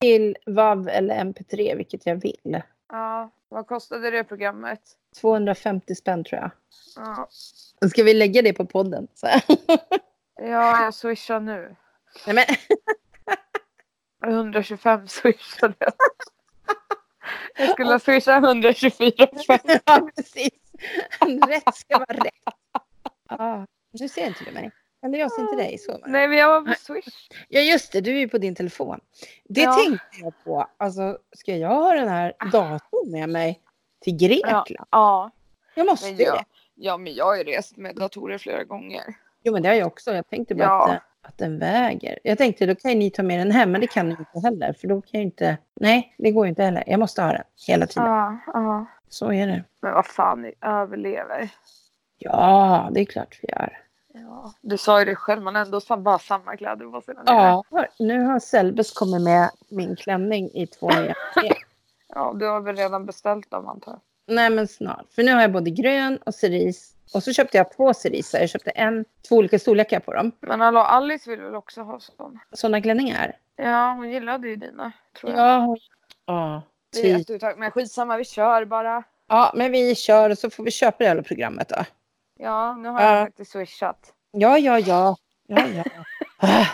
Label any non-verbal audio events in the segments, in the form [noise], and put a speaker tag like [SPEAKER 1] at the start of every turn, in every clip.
[SPEAKER 1] till WAV eller MP3, vilket jag vill.
[SPEAKER 2] Ja, vad kostade det programmet?
[SPEAKER 1] 250 spänn tror jag.
[SPEAKER 2] Ja,
[SPEAKER 1] Ska vi lägga det på podden? Så här.
[SPEAKER 2] ja jag swishar nu.
[SPEAKER 1] Nej, men,
[SPEAKER 2] 125 swishade jag. Jag skulle ha swishat 124,50.
[SPEAKER 1] [laughs] ja, precis. Rätt ska vara rätt. [laughs] Ja, du ser inte du mig. Eller jag ser inte dig. Så var det.
[SPEAKER 2] Nej men jag var på swish.
[SPEAKER 1] Ja just det, du är ju på din telefon. Det
[SPEAKER 2] Ja.
[SPEAKER 1] tänkte jag på. Alltså, ska jag ha den här datorn med mig till Grekland?
[SPEAKER 2] Ja.
[SPEAKER 1] Jag måste
[SPEAKER 2] Men
[SPEAKER 1] ju det.
[SPEAKER 2] jag, ja men jag har ju rest med datorer flera gånger.
[SPEAKER 1] Jo men det har jag också. Jag tänkte bara
[SPEAKER 2] Ja.
[SPEAKER 1] att, den- att den väger. Jag tänkte då kan ju ni ta med den hem, men det kan ni inte heller. För då kan jag inte. Nej, det går ju inte heller. Jag måste ha den hela tiden.
[SPEAKER 2] Ja, ja.
[SPEAKER 1] Så är det.
[SPEAKER 2] Men vad fan, ni överlever.
[SPEAKER 1] Ja, det är klart vi gör.
[SPEAKER 2] Ja. Du sa ju det själv, man har ändå fan bara samma kläder på sina
[SPEAKER 1] Ja, nu har Selbes kommit med min klänning i två [laughs] nya.
[SPEAKER 2] ja. Du har väl redan beställt dem antar jag.
[SPEAKER 1] Nej men snart. För nu har jag både grön och cerise. Och så köpte jag två ceriser. Jag köpte en, två olika storlekar på dem.
[SPEAKER 2] Men hallå, Alice vill väl också ha sån?
[SPEAKER 1] Sådana klänningar.
[SPEAKER 2] Ja, hon gillade ju dina. Tror jag.
[SPEAKER 1] Ja, ja.
[SPEAKER 2] det är
[SPEAKER 1] Typ.
[SPEAKER 2] ett uttag, men skitsamma, vi kör bara.
[SPEAKER 1] Ja, men vi kör och så får vi köpa det jävla programmet då.
[SPEAKER 2] Ja, nu har jag
[SPEAKER 1] Ja.
[SPEAKER 2] faktiskt swishat.
[SPEAKER 1] Ja, ja, ja. Ja, ja. Ah.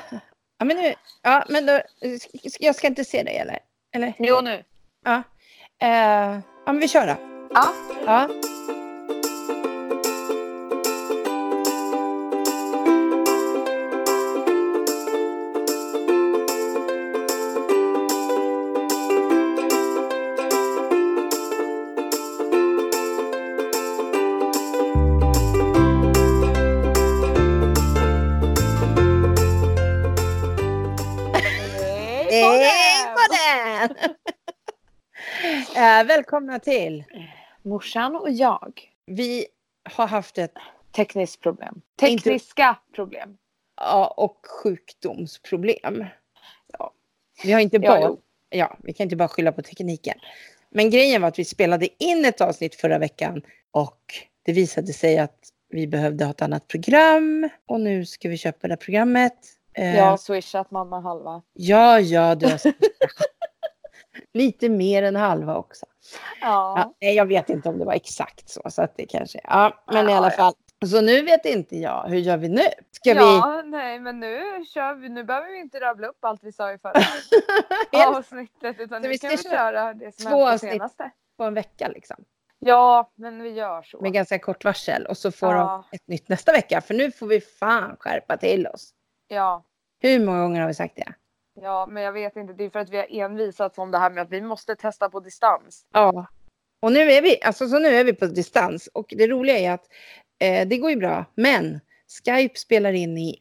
[SPEAKER 1] ja, men, nu, ja men då, sk- jag ska inte se dig eller? eller?
[SPEAKER 2] Jo nu.
[SPEAKER 1] Ja. Eh, ja, men vi kör då.
[SPEAKER 2] Ja.
[SPEAKER 1] ja. Hej på den! [laughs] Eh, välkomna till.
[SPEAKER 2] Morsan och jag.
[SPEAKER 1] Vi har haft ett
[SPEAKER 2] Tekniskt problem.
[SPEAKER 1] Inte-
[SPEAKER 2] Tekniska problem.
[SPEAKER 1] ja, och sjukdomsproblem.
[SPEAKER 2] Ja.
[SPEAKER 1] Vi har inte
[SPEAKER 2] Ja,
[SPEAKER 1] bara, ja,
[SPEAKER 2] jo.
[SPEAKER 1] vi kan inte bara skylla på tekniken. Men grejen var att vi spelade in ett avsnitt förra veckan och det visade sig att vi behövde ha ett annat program och nu ska vi köpa det här programmet. Eh,
[SPEAKER 2] Jag har swishat mamma halva.
[SPEAKER 1] ja, ja, du har [laughs] Lite mer än halva också.
[SPEAKER 2] Ja.
[SPEAKER 1] Ja, nej, jag vet inte om det var exakt så, så att det kanske, ja, men i
[SPEAKER 2] Ja,
[SPEAKER 1] alla
[SPEAKER 2] ja.
[SPEAKER 1] fall. Så nu vet inte jag, hur gör vi nu? Ska vi?
[SPEAKER 2] ja, nej men nu kör vi. Nu behöver vi inte rabbla upp allt vi sa i [laughs] förra avsnittet. Utan
[SPEAKER 1] Så
[SPEAKER 2] nu
[SPEAKER 1] vi
[SPEAKER 2] kan
[SPEAKER 1] ska
[SPEAKER 2] vi
[SPEAKER 1] köra
[SPEAKER 2] köra det som
[SPEAKER 1] två
[SPEAKER 2] hänt på
[SPEAKER 1] avsnitt.
[SPEAKER 2] senaste.
[SPEAKER 1] på en vecka liksom.
[SPEAKER 2] Ja, men vi gör så.
[SPEAKER 1] Med ganska kort varsel och så får
[SPEAKER 2] Ja.
[SPEAKER 1] de ett nytt nästa vecka. För nu får vi fan skärpa till oss.
[SPEAKER 2] Ja.
[SPEAKER 1] Hur många gånger har vi sagt det?
[SPEAKER 2] Ja, men jag vet inte. Det är för att vi har envisats om det här med att vi måste testa på distans.
[SPEAKER 1] Ja. Och nu är vi, alltså, så nu är vi på distans. Och det roliga är att eh, det går ju bra. Men Skype spelar in i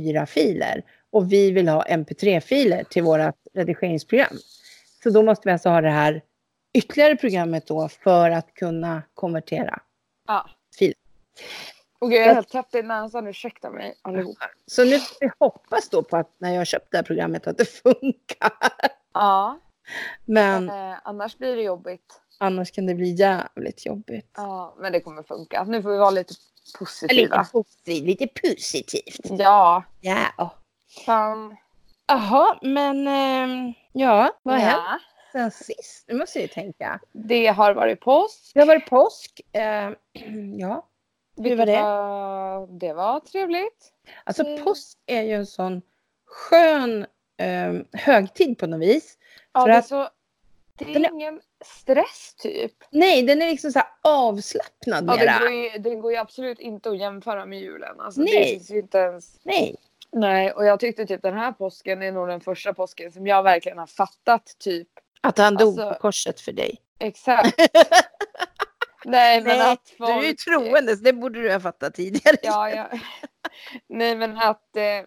[SPEAKER 1] MP4-filer. Och vi vill ha MP3-filer till vårt redigeringsprogram. Så då måste vi alltså ha det här ytterligare programmet då för att kunna konvertera.
[SPEAKER 2] Ja.
[SPEAKER 1] Fil.
[SPEAKER 2] Och gud, jag är helt täppt i näsan. Ursäkta mig allihop.
[SPEAKER 1] Så nu får vi hoppas då på att när jag köpt det här programmet att det [laughs] funkar.
[SPEAKER 2] Ja,
[SPEAKER 1] Men
[SPEAKER 2] eh, annars blir det jobbigt.
[SPEAKER 1] Annars kan det bli jävligt jobbigt.
[SPEAKER 2] Ja, men det kommer funka. Nu får vi vara lite positiva.
[SPEAKER 1] Lite, positivt, lite
[SPEAKER 2] Mm.
[SPEAKER 1] positivt.
[SPEAKER 2] Ja,
[SPEAKER 1] Ja.
[SPEAKER 2] fan.
[SPEAKER 1] Jaha, men ehm, ja, vad har hänt
[SPEAKER 2] ja.
[SPEAKER 1] sen sist? Nu måste jag ju tänka.
[SPEAKER 2] Det har varit påsk.
[SPEAKER 1] Det har varit påsk. Eh, [clears throat] ja, Hur var
[SPEAKER 2] vilket
[SPEAKER 1] det?
[SPEAKER 2] Var, det var trevligt.
[SPEAKER 1] alltså
[SPEAKER 2] Mm.
[SPEAKER 1] påsk är ju en sån skön ehm, högtid på något vis.
[SPEAKER 2] Ja,
[SPEAKER 1] För
[SPEAKER 2] det, är
[SPEAKER 1] att-
[SPEAKER 2] så, det
[SPEAKER 1] Den
[SPEAKER 2] är
[SPEAKER 1] är-
[SPEAKER 2] ingen stress typ.
[SPEAKER 1] Nej, den är liksom så här avslappnad
[SPEAKER 2] Ja,
[SPEAKER 1] mera.
[SPEAKER 2] det, går ju, det går ju absolut inte att jämföra med julen. Alltså,
[SPEAKER 1] Nej.
[SPEAKER 2] Det finns ju inte ens
[SPEAKER 1] Nej,
[SPEAKER 2] Nej, och jag tyckte typ den här påsken är nog den första påsken som jag verkligen har fattat typ
[SPEAKER 1] att han dog
[SPEAKER 2] Alltså-
[SPEAKER 1] på korset för dig.
[SPEAKER 2] exakt.
[SPEAKER 1] [laughs]
[SPEAKER 2] Nej, men
[SPEAKER 1] Nej,
[SPEAKER 2] att
[SPEAKER 1] Du är ju
[SPEAKER 2] folk-
[SPEAKER 1] troende, så det borde du ha fattat tidigare.
[SPEAKER 2] Ja, ja. [laughs] Nej, men att eh,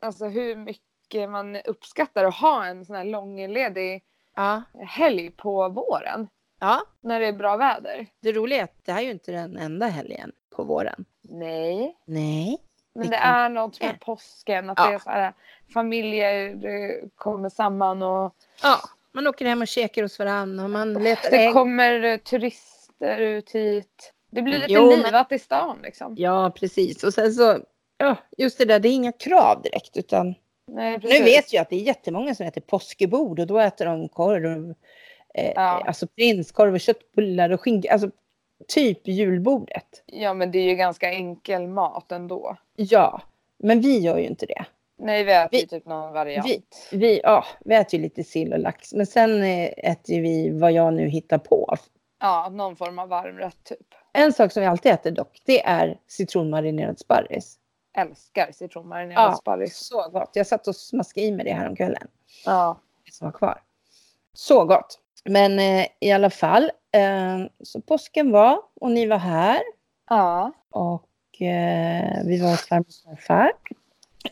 [SPEAKER 2] alltså hur mycket man uppskattar att ha en sån här långledig
[SPEAKER 1] ja.
[SPEAKER 2] helg på våren
[SPEAKER 1] ja.
[SPEAKER 2] när det är bra väder.
[SPEAKER 1] Det roliga är att det här är ju inte den enda helgen på våren.
[SPEAKER 2] Nej,
[SPEAKER 1] Nej. Eh.
[SPEAKER 2] men det är något med påsken att
[SPEAKER 1] Ja.
[SPEAKER 2] det är så här, familjer eh, kommer samman och
[SPEAKER 1] Ja, man åker hem och käkar hos varandra och man letar
[SPEAKER 2] Det
[SPEAKER 1] ägg.
[SPEAKER 2] kommer eh, turister ut hit. Det blir lite
[SPEAKER 1] Mm. Jo, men-
[SPEAKER 2] livat i stan liksom.
[SPEAKER 1] Ja, precis. Och sen så, ja, just det där, det är inga krav direkt utan
[SPEAKER 2] Nej, precis.
[SPEAKER 1] Nu vet jag att det är jättemånga som äter påskebord och då äter de korv, eh,
[SPEAKER 2] Ja.
[SPEAKER 1] alltså prinskorv och köttbullar och skinka, alltså typ julbordet.
[SPEAKER 2] Ja, men det är ju ganska enkel mat ändå.
[SPEAKER 1] Ja, men vi gör ju inte det.
[SPEAKER 2] Nej, vi äter
[SPEAKER 1] Vi-
[SPEAKER 2] ju typ någon variant.
[SPEAKER 1] Vi, vi, ja, vi äter ju lite sill och lax, men sen eh, äter ju vi vad jag nu hittar på.
[SPEAKER 2] Ja, någon form av varmrätt typ.
[SPEAKER 1] En sak som vi alltid äter dock, det är citronmarinerad sparris.
[SPEAKER 2] Älskar citronmarinerad
[SPEAKER 1] Ja.
[SPEAKER 2] sparris.
[SPEAKER 1] Så gott. Jag satt och smaskade i mig det här om kvällen.
[SPEAKER 2] Ja.
[SPEAKER 1] det som var kvar. Så gott. Men eh, i alla fall, eh, så påsken var och ni var här
[SPEAKER 2] Ja.
[SPEAKER 1] och eh, vi var hos farmor och farfar.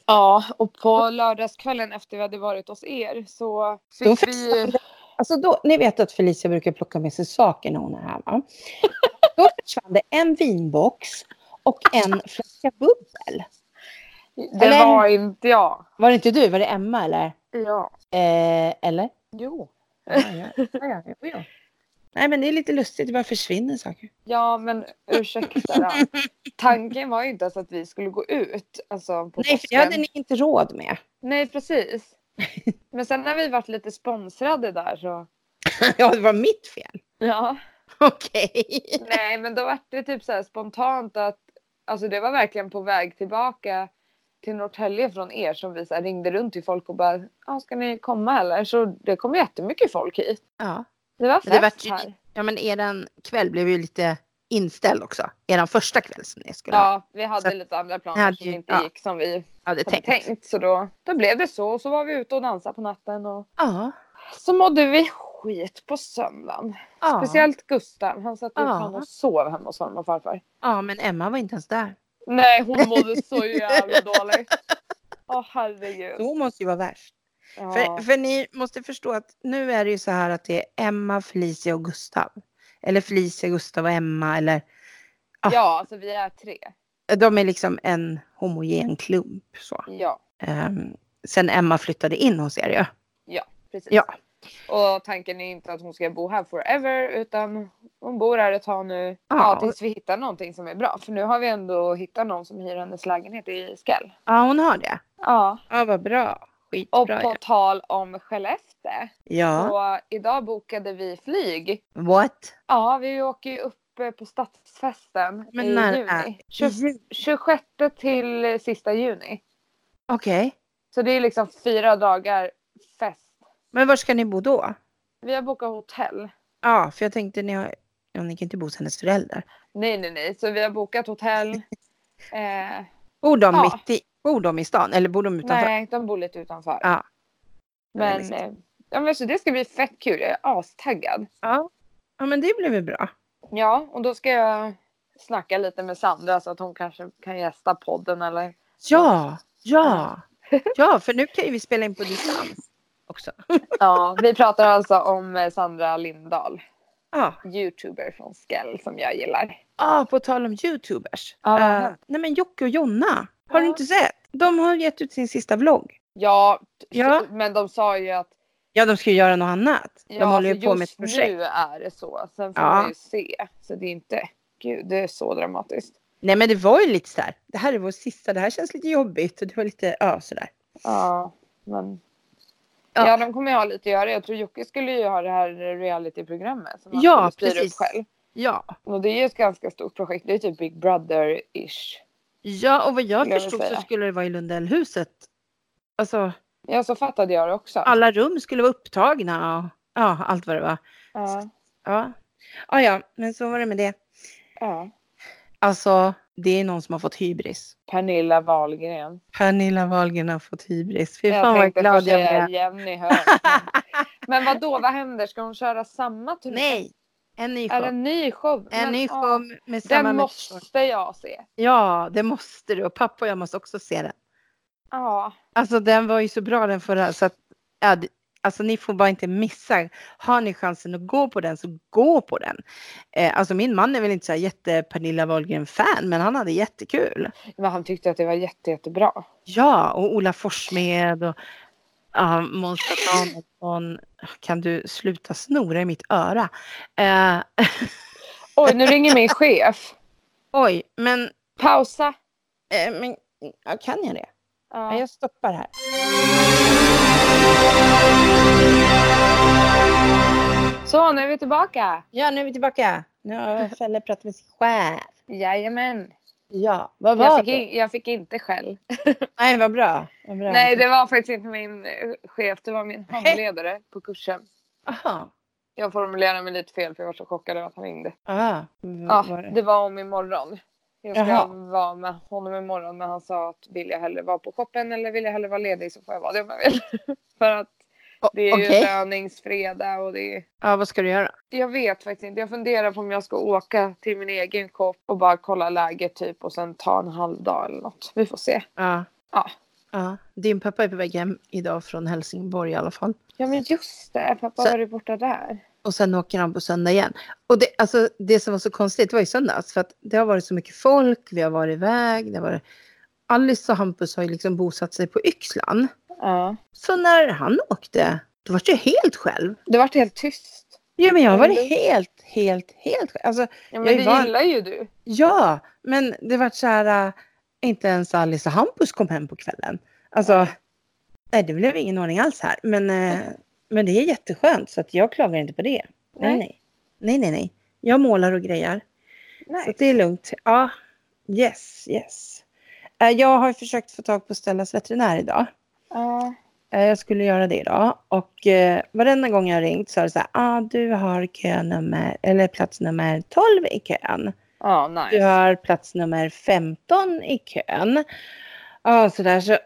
[SPEAKER 2] ja, och på lördagskvällen efter vi hade varit hos er så
[SPEAKER 1] Då
[SPEAKER 2] fick vi ju...
[SPEAKER 1] Alltså då, ni vet att Felicia brukar plocka med sig saker när hon är här va? [laughs] Då försvann det en vinbox och en flaska bubbel.
[SPEAKER 2] Det
[SPEAKER 1] Eller-
[SPEAKER 2] var inte jag.
[SPEAKER 1] Var det inte du? Var det Emma eller?
[SPEAKER 2] Ja.
[SPEAKER 1] Eh, eller?
[SPEAKER 2] Jo.
[SPEAKER 1] Ja, ja, ja, ja, ja. Nej men det är lite lustigt, det bara försvinner saker.
[SPEAKER 2] Ja, men ursäkta [laughs] då. Tanken var ju inte ens att vi skulle gå ut. Alltså, på
[SPEAKER 1] Nej för det
[SPEAKER 2] påsken.
[SPEAKER 1] hade ni inte råd med.
[SPEAKER 2] Nej, [laughs] precis. Men sen när vi varit lite sponsrade där så...
[SPEAKER 1] [laughs] Ja det var mitt fel. [laughs]
[SPEAKER 2] Ja.
[SPEAKER 1] Okej.
[SPEAKER 2] Nej, men då var det typ så här spontant att... Alltså det var verkligen på väg tillbaka till Norrtälje från er som vi så här ringde runt till folk och bara ah, “Ska ni komma eller?” Så det kom jättemycket folk hit.
[SPEAKER 1] Ja.
[SPEAKER 2] Det var
[SPEAKER 1] Men det
[SPEAKER 2] fest
[SPEAKER 1] vart ju-
[SPEAKER 2] här.
[SPEAKER 1] ja, men eran kväll blev ju lite inställd också. Eran första kväll som ni skulle ha.
[SPEAKER 2] Ja, vi hade
[SPEAKER 1] Så-
[SPEAKER 2] lite andra
[SPEAKER 1] Ni
[SPEAKER 2] planer
[SPEAKER 1] hade
[SPEAKER 2] som
[SPEAKER 1] ju-
[SPEAKER 2] inte
[SPEAKER 1] ja.
[SPEAKER 2] gick som vi
[SPEAKER 1] hade
[SPEAKER 2] hade
[SPEAKER 1] tänkt.
[SPEAKER 2] tänkt. Så då, då blev det så. Och så var vi ute och dansade på natten och
[SPEAKER 1] Ja.
[SPEAKER 2] så mådde vi skit på söndagen.
[SPEAKER 1] Ja.
[SPEAKER 2] Speciellt Gustav. Han satt ju
[SPEAKER 1] Ja.
[SPEAKER 2] fan och sov hemma hos farmor och farfar.
[SPEAKER 1] ja, men Emma var inte ens där.
[SPEAKER 2] Nej, hon mådde
[SPEAKER 1] [laughs]
[SPEAKER 2] så jävla dåligt. Åh herregud.
[SPEAKER 1] Hon måste ju vara värst.
[SPEAKER 2] Ja.
[SPEAKER 1] För, för ni måste förstå att nu är det ju så här att det är Emma, Felicia och Gustav. Eller Felicia, Gustav och Emma. Eller, ah.
[SPEAKER 2] Ja, alltså vi är tre.
[SPEAKER 1] de är liksom en homogen klump. Så.
[SPEAKER 2] Ja,
[SPEAKER 1] Ehm, sen Emma flyttade in hos er ju.
[SPEAKER 2] precis.
[SPEAKER 1] Ja.
[SPEAKER 2] Och tanken är inte att hon ska bo här forever utan hon bor här ett tag nu. Ja.
[SPEAKER 1] Ja.
[SPEAKER 2] tills vi hittar någonting som är bra. För nu har vi ändå hittat någon som hyr hennes lägenhet i Skell.
[SPEAKER 1] Ja, hon har det.
[SPEAKER 2] Ja.
[SPEAKER 1] Ja, vad bra. Skitbra.
[SPEAKER 2] Och på tal om Skellefteå.
[SPEAKER 1] Ja,
[SPEAKER 2] Så idag bokade vi flyg.
[SPEAKER 1] what?
[SPEAKER 2] Ja, vi åker ju upp eh, på stadsfesten
[SPEAKER 1] Men
[SPEAKER 2] i
[SPEAKER 1] när
[SPEAKER 2] juni.
[SPEAKER 1] är...
[SPEAKER 2] 20, 26 till eh, sista juni.
[SPEAKER 1] Okej.
[SPEAKER 2] Så det är liksom fyra dagar fest.
[SPEAKER 1] Men var ska ni bo då?
[SPEAKER 2] Vi har bokat hotell.
[SPEAKER 1] Ja, för jag tänkte ni har... Ja, ni kan inte bo hos hennes föräldrar.
[SPEAKER 2] Nej, nej, nej. Så vi har
[SPEAKER 1] [laughs]
[SPEAKER 2] bokat hotell. Eh,
[SPEAKER 1] Bor de,
[SPEAKER 2] Ja.
[SPEAKER 1] mitt i, bor de i stan eller bor de utanför?
[SPEAKER 2] nej, de bor lite utanför.
[SPEAKER 1] Ja.
[SPEAKER 2] Men, eh, ja, men så det ska bli fett kul. Jag är astaggad.
[SPEAKER 1] Ja. ja, men det blir väl bra.
[SPEAKER 2] Ja, och då ska jag snacka lite med Sandra så att hon kanske kan gästa podden eller.
[SPEAKER 1] Ja, ja. [laughs] Ja, för nu kan ju vi spela in på distans också.
[SPEAKER 2] Ja, vi pratar alltså om eh, Sandra Lindahl,
[SPEAKER 1] Ja,
[SPEAKER 2] youtuber från Skell som jag gillar.
[SPEAKER 1] ah, på tal om youtubers.
[SPEAKER 2] Ja, vad har
[SPEAKER 1] Eh,
[SPEAKER 2] hänt?
[SPEAKER 1] nej men Jocke och Jonna, har du
[SPEAKER 2] Ja.
[SPEAKER 1] inte sett? De har gett ut sin sista vlogg.
[SPEAKER 2] Ja, t-
[SPEAKER 1] Ja.
[SPEAKER 2] men de sa ju att
[SPEAKER 1] Ja, de ska ju göra något annat. De
[SPEAKER 2] ja,
[SPEAKER 1] håller ju
[SPEAKER 2] för
[SPEAKER 1] på med ett
[SPEAKER 2] just
[SPEAKER 1] projekt.
[SPEAKER 2] nu är det så. Sen får
[SPEAKER 1] Ja.
[SPEAKER 2] man ju se. Så det är inte, gud det är så dramatiskt.
[SPEAKER 1] Nej men det var ju lite så här. Det här är vår sista. Det här känns lite jobbigt. Och det var lite ja sådär.
[SPEAKER 2] Ja, men.
[SPEAKER 1] Ja.
[SPEAKER 2] Ja. de kommer ju ha lite att göra. Jag tror Jocke skulle ju ha det här realityprogrammet som han
[SPEAKER 1] Ja,
[SPEAKER 2] skulle styra upp
[SPEAKER 1] precis.
[SPEAKER 2] själv.
[SPEAKER 1] Ja.
[SPEAKER 2] Och det är ju ett ganska stort projekt. Det är typ Big Brother-ish.
[SPEAKER 1] Ja och vad jag
[SPEAKER 2] Skulle jag
[SPEAKER 1] förstod
[SPEAKER 2] säga.
[SPEAKER 1] så skulle det vara i Lundellhuset. Alltså
[SPEAKER 2] Ja, så fattade jag det också.
[SPEAKER 1] alla rum skulle vara upptagna och ja allt vad det var.
[SPEAKER 2] Ja,
[SPEAKER 1] Ja. Ja ja men så var det med det.
[SPEAKER 2] ja.
[SPEAKER 1] Alltså det är någon som har fått hybris.
[SPEAKER 2] Pernilla Wahlgren.
[SPEAKER 1] Pernilla Wahlgren har fått hybris. Fy
[SPEAKER 2] jag
[SPEAKER 1] fan vad
[SPEAKER 2] tänkte
[SPEAKER 1] glad
[SPEAKER 2] först
[SPEAKER 1] jag
[SPEAKER 2] säga
[SPEAKER 1] blev.
[SPEAKER 2] Jenny Höök.
[SPEAKER 1] [laughs]
[SPEAKER 2] Men vad då? vad händer? Ska hon köra samma turné?
[SPEAKER 1] Nej. En ny
[SPEAKER 2] Är det
[SPEAKER 1] show.
[SPEAKER 2] en ny show?
[SPEAKER 1] En
[SPEAKER 2] Men,
[SPEAKER 1] ny
[SPEAKER 2] ja,
[SPEAKER 1] show med samma
[SPEAKER 2] Den
[SPEAKER 1] människor.
[SPEAKER 2] måste jag se.
[SPEAKER 1] Ja det måste du och pappa och jag måste också se den.
[SPEAKER 2] Ja.
[SPEAKER 1] Alltså den var ju så bra den förra så att ja, det- alltså ni får bara inte missa. Har ni chansen att gå på den så gå på den. Eh, alltså min man är väl inte så här jätte Pernilla Wahlgren fan men han hade jättekul.
[SPEAKER 2] Men han tyckte att det var jätte, jättebra.
[SPEAKER 1] Ja och Ola Forssmed och ja, Måns Danielsson. Kan du sluta snora i mitt öra? Eh,
[SPEAKER 2] Oj, nu ringer min chef.
[SPEAKER 1] oj men,
[SPEAKER 2] Pausa.
[SPEAKER 1] eh, men ja, kan jag det? Nej,
[SPEAKER 2] Ja.
[SPEAKER 1] jag stoppar här.
[SPEAKER 2] Så nu är vi tillbaka.
[SPEAKER 1] Ja, nu är vi tillbaka. Nu har Felle pratat med sin chef.
[SPEAKER 2] Jajamän.
[SPEAKER 1] Ja, vad var
[SPEAKER 2] Jag fick,
[SPEAKER 1] det?
[SPEAKER 2] in, jag fick inte skäll.
[SPEAKER 1] Nej, vad bra. Vad bra.
[SPEAKER 2] Nej det var faktiskt inte min eh, chef. Det var min handledare på kursen.
[SPEAKER 1] Aha.
[SPEAKER 2] Jag formulerade mig lite fel för jag var så chockad över att han ringde.
[SPEAKER 1] Ah,
[SPEAKER 2] Ja,
[SPEAKER 1] var det?
[SPEAKER 2] det var om imorgon. Jag ska
[SPEAKER 1] Jaha.
[SPEAKER 2] vara med honom imorgon men han sa att vill jag hellre vara på shoppen eller vill jag hellre vara ledig så får jag vara det om jag vill. [laughs] För att
[SPEAKER 1] O-
[SPEAKER 2] det är ju
[SPEAKER 1] Okej.
[SPEAKER 2] löningsfredag och det är...
[SPEAKER 1] Ja, vad ska du göra?
[SPEAKER 2] Jag vet faktiskt inte. Jag funderar på om jag ska åka till min egen shop och bara kolla läget typ och sen ta en halv dag eller något. Vi får se.
[SPEAKER 1] Ja.
[SPEAKER 2] Ja.
[SPEAKER 1] ja. Din pappa är på väg hem idag från Helsingborg i alla fall.
[SPEAKER 2] Ja men just det, pappa
[SPEAKER 1] Så-
[SPEAKER 2] var ju borta där.
[SPEAKER 1] Och sen åker han på söndag igen. Och det, alltså, det som var så konstigt var i söndags. För att det har varit så mycket folk, vi har varit iväg. Det har varit... Alice och Hampus har ju liksom bosatt sig på Yxlan.
[SPEAKER 2] Ja.
[SPEAKER 1] Så när han åkte, då var jag helt själv.
[SPEAKER 2] Det vart helt tyst.
[SPEAKER 1] Ja, men jag har
[SPEAKER 2] Mm.
[SPEAKER 1] varit helt, helt, helt själv. Alltså,
[SPEAKER 2] Ja,
[SPEAKER 1] Jag
[SPEAKER 2] men
[SPEAKER 1] är
[SPEAKER 2] det
[SPEAKER 1] van-
[SPEAKER 2] gillar ju du.
[SPEAKER 1] ja, men det var så här, äh, inte ens Alice och Hampus kom hem på kvällen. Alltså, nej, det blev ingen ordning alls här. Men, eh, men det är jätteskönt, så att jag klagar inte på det. Nej, nej. Nej, nej, nej. Jag målar och grejar. Så
[SPEAKER 2] Nej.
[SPEAKER 1] det är lugnt. Ja. Yes, yes. Eh, Jag har försökt få tag på Stellas veterinär idag.
[SPEAKER 2] Ja.
[SPEAKER 1] Eh, Jag skulle göra det idag. Och eh, varenda gång jag har ringt så har det så här. Ah, du har kö nummer, eller plats nummer 12 i kön.
[SPEAKER 2] Ja,
[SPEAKER 1] Du
[SPEAKER 2] nice.
[SPEAKER 1] har plats nummer 15 i kön. Ja, så där. Så, [clears throat]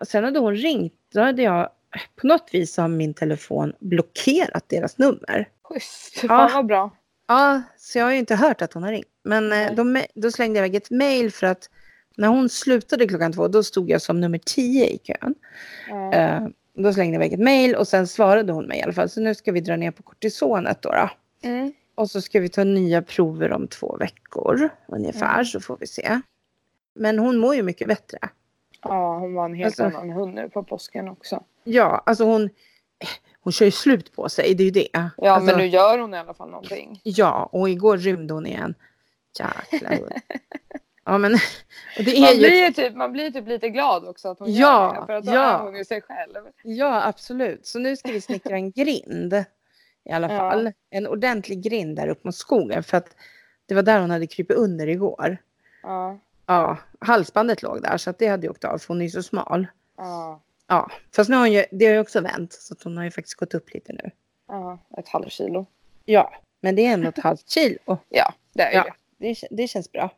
[SPEAKER 1] och sen hade hon ringt. Då hade jag på något vis har min telefon blockerat deras nummer.
[SPEAKER 2] Schysst. Fan vad bra.
[SPEAKER 1] Ja, så jag har ju inte hört att hon har ringt. Men eh,
[SPEAKER 2] Nej.
[SPEAKER 1] då, me- då slängde jag iväg ett mejl för att när hon slutade klockan två, då stod jag som nummer tio i kön.
[SPEAKER 2] Ja.
[SPEAKER 1] Eh, då slängde jag iväg ett mejl och sen svarade hon mig i alla fall. Så nu ska vi dra ner på kortisonet då. då.
[SPEAKER 2] Mm.
[SPEAKER 1] Och så ska vi ta nya prover om två veckor ungefär,
[SPEAKER 2] Mm.
[SPEAKER 1] så får vi se. Men hon mår ju mycket bättre.
[SPEAKER 2] Ja, hon var en helt
[SPEAKER 1] Alltså-
[SPEAKER 2] annan hund nu på påsken också.
[SPEAKER 1] Ja, alltså hon, hon kör ju slut på sig, det är ju det.
[SPEAKER 2] Ja,
[SPEAKER 1] alltså,
[SPEAKER 2] men nu gör hon i alla fall någonting.
[SPEAKER 1] Ja, och igår rymde hon igen.
[SPEAKER 2] [laughs]
[SPEAKER 1] Jäklar. vad- ja, men och det
[SPEAKER 2] Man
[SPEAKER 1] är ju...
[SPEAKER 2] blir, ju typ, man blir typ lite glad också att hon
[SPEAKER 1] Ja,
[SPEAKER 2] gör det. För att då
[SPEAKER 1] ja.
[SPEAKER 2] är hon ju sig själv.
[SPEAKER 1] Ja, absolut. Så nu ska vi snickra en grind i alla
[SPEAKER 2] Ja.
[SPEAKER 1] fall. En ordentlig grind där upp mot skogen för att det var där hon hade krypit under igår.
[SPEAKER 2] Ja.
[SPEAKER 1] Ja, halsbandet låg där så att det hade ju åkt av för hon är ju så smal.
[SPEAKER 2] Ja.
[SPEAKER 1] Ja, fast nu har hon ju, det har ju också vänt så att hon har ju faktiskt gått upp lite nu.
[SPEAKER 2] ja. Ett halvt kilo.
[SPEAKER 1] Ja, men det är ändå ett halvt kilo.
[SPEAKER 2] Ja, det är ju
[SPEAKER 1] Ja.
[SPEAKER 2] det. Eh,
[SPEAKER 1] Det, kän- det känns bra.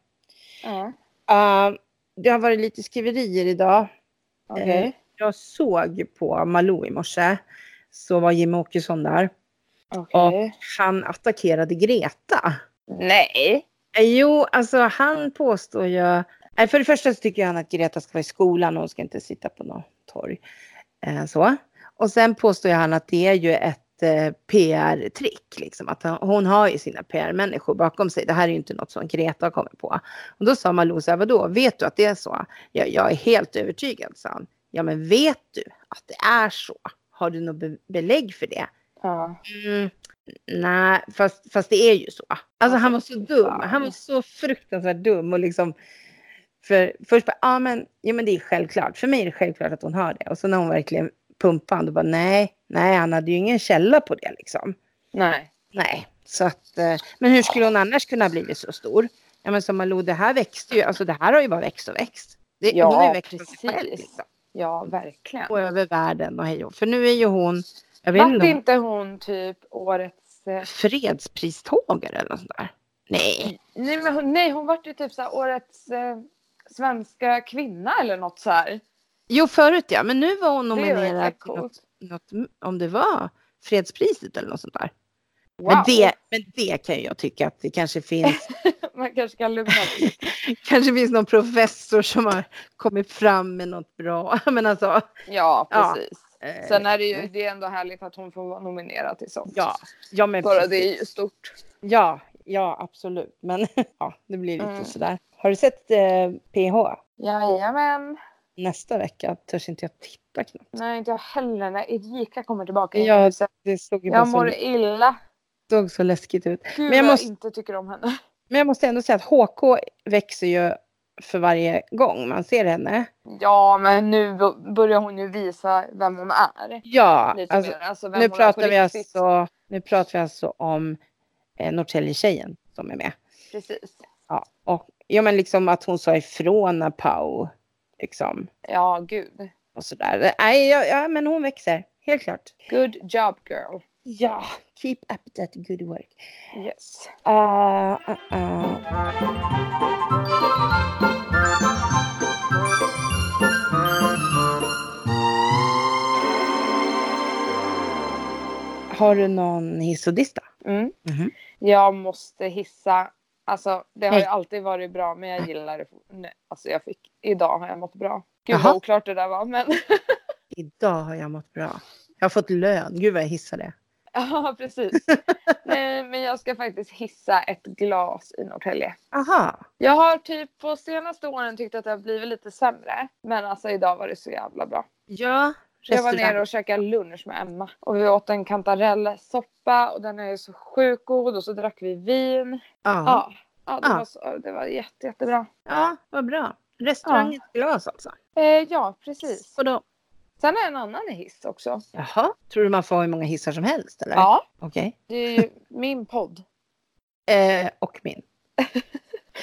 [SPEAKER 2] Ja.
[SPEAKER 1] Ah, det har varit lite skriverier idag.
[SPEAKER 2] Okej.
[SPEAKER 1] Eh, jag såg på Malou i morse så var Jimmy Åkesson där.
[SPEAKER 2] Okej.
[SPEAKER 1] Han attackerade Greta.
[SPEAKER 2] Nej.
[SPEAKER 1] Eh, Jo, alltså han påstår ju... Nej, för det första så tycker han att Greta ska vara i skolan och hon ska inte sitta på något torg. Eh, så. Och sen påstår ju han att det är ju ett eh, PR-trick. Liksom, att hon- hon har ju sina PR-människor bakom sig. Det här är ju inte något som Greta har kommit på. Och då sa Malou så här, vadå, vet du att det är så? Ja, jag är helt övertygad, sa han. Ja, men vet du att det är så? Har du något be- belägg för det?
[SPEAKER 2] Ja.
[SPEAKER 1] Mm, nej, fast, fast det är ju så. Alltså han var så dum. Han var så fruktansvärt dum och liksom. För, först bara, ah, men, ja men det är självklart. För mig är det självklart att hon har det. Och så när hon verkligen pumpade han då bara nej, nej han hade ju ingen källa på det liksom.
[SPEAKER 2] Nej.
[SPEAKER 1] Nej, så att, eh, men hur skulle hon annars kunna ha blivit så stor? Ja men som Malou, det här växte ju, alltså det här har ju bara växt och växt. Det,
[SPEAKER 2] Ja,
[SPEAKER 1] hon har ju växt av sig själv,
[SPEAKER 2] precis.
[SPEAKER 1] liksom.
[SPEAKER 2] Ja, verkligen.
[SPEAKER 1] Och över världen och hej och- För nu är ju hon, jag vet
[SPEAKER 2] Vart
[SPEAKER 1] inte om-
[SPEAKER 2] inte hon typ årets... eh,
[SPEAKER 1] fredspristagare eller något sånt där. Nej.
[SPEAKER 2] Nej, men hon, nej, hon vart ju typ så här årets eh, svenska kvinna eller något så här.
[SPEAKER 1] Jo, förut ja. Men nu var hon
[SPEAKER 2] Det är ju rätt
[SPEAKER 1] nominerad till något,
[SPEAKER 2] coolt.
[SPEAKER 1] något, om det var fredspriset eller något sånt där.
[SPEAKER 2] Wow.
[SPEAKER 1] Men, det, men det kan ju jag tycka att det kanske finns,
[SPEAKER 2] [laughs] Man kanske kan lugna sig.
[SPEAKER 1] kanske finns någon professor som har kommit fram med något bra. [laughs] Men alltså,
[SPEAKER 2] [laughs] Ja,
[SPEAKER 1] Ja.
[SPEAKER 2] precis. Mm.
[SPEAKER 1] eh,
[SPEAKER 2] Sen är det ju det är ändå härligt att hon får vara nominerad till sånt.
[SPEAKER 1] ja, ja, men
[SPEAKER 2] Bara
[SPEAKER 1] precis.
[SPEAKER 2] det är ju stort.
[SPEAKER 1] ja, ja, absolut. Men [laughs] ja, det blir lite
[SPEAKER 2] Mm.
[SPEAKER 1] sådär. Har du sett eh, PH?
[SPEAKER 2] Jajamän.
[SPEAKER 1] Nästa vecka törs inte jag titta knappt.
[SPEAKER 2] Nej, inte jag heller. När Erika kommer tillbaka.
[SPEAKER 1] Ja, det såg ju bara
[SPEAKER 2] jag mår
[SPEAKER 1] så,
[SPEAKER 2] illa.
[SPEAKER 1] såg så läskigt ut.
[SPEAKER 2] Gud,
[SPEAKER 1] Men jag
[SPEAKER 2] vad jag
[SPEAKER 1] måste-
[SPEAKER 2] inte tycker om henne.
[SPEAKER 1] Men jag måste ändå säga att HK växer ju för varje gång man ser henne.
[SPEAKER 2] Ja, men nu bo- börjar hon ju visa vem hon är.
[SPEAKER 1] Ja,
[SPEAKER 2] Lite
[SPEAKER 1] alltså,
[SPEAKER 2] mer. Alltså vem
[SPEAKER 1] nu,
[SPEAKER 2] hon är
[SPEAKER 1] pratar
[SPEAKER 2] på
[SPEAKER 1] vi
[SPEAKER 2] riktigt.
[SPEAKER 1] alltså, nu pratar vi alltså om eh, Norrtäljetjejen som är med.
[SPEAKER 2] Precis.
[SPEAKER 1] Ja, och, ja, men liksom att hon sa ifrån när Pau, liksom.
[SPEAKER 2] Ja, gud.
[SPEAKER 1] Och sådär. Nej, ja, ja, men hon växer. Helt klart.
[SPEAKER 2] Good job girl.
[SPEAKER 1] Ja, keep up that good work.
[SPEAKER 2] Yes.
[SPEAKER 1] Ah, ah, ah. Har du någon hissodista?
[SPEAKER 2] Mm.
[SPEAKER 1] Mhm.
[SPEAKER 2] Jag måste hissa. Alltså, det har
[SPEAKER 1] Nej.
[SPEAKER 2] ju alltid varit bra, men jag gillar det. Nej, alltså, jag fick. Idag har jag mått bra. Gud
[SPEAKER 1] Jaha.
[SPEAKER 2] vad oklart det där var, men. [laughs]
[SPEAKER 1] Idag har jag mått bra. Jag har fått lön. Gud vad jag hissade.
[SPEAKER 2] ja,
[SPEAKER 1] [laughs]
[SPEAKER 2] precis. Nej, men jag ska faktiskt hissa ett glas i Norrtälje.
[SPEAKER 1] Aha.
[SPEAKER 2] Jag har typ på senaste åren tyckt att det har blivit lite sämre. Men alltså idag var det så jävla bra.
[SPEAKER 1] Ja.
[SPEAKER 2] Jag var
[SPEAKER 1] Restaurang.
[SPEAKER 2] nere och käkade lunch med Emma. Och vi åt en kantarellsoppa och den är ju så sjukt god och så drack vi vin.
[SPEAKER 1] Ja.
[SPEAKER 2] Ja, ja det,
[SPEAKER 1] Ja.
[SPEAKER 2] Var, så, det var jätte, jättebra.
[SPEAKER 1] ja, vad bra. Restaurangens glas alltså.
[SPEAKER 2] Eh, ja, precis.
[SPEAKER 1] Och då,
[SPEAKER 2] Sen är en annan hiss också.
[SPEAKER 1] jaha, tror du man får hur många hissar som helst? Eller?
[SPEAKER 2] Ja,
[SPEAKER 1] Okej.
[SPEAKER 2] det är ju min podd.
[SPEAKER 1] Eh, och min.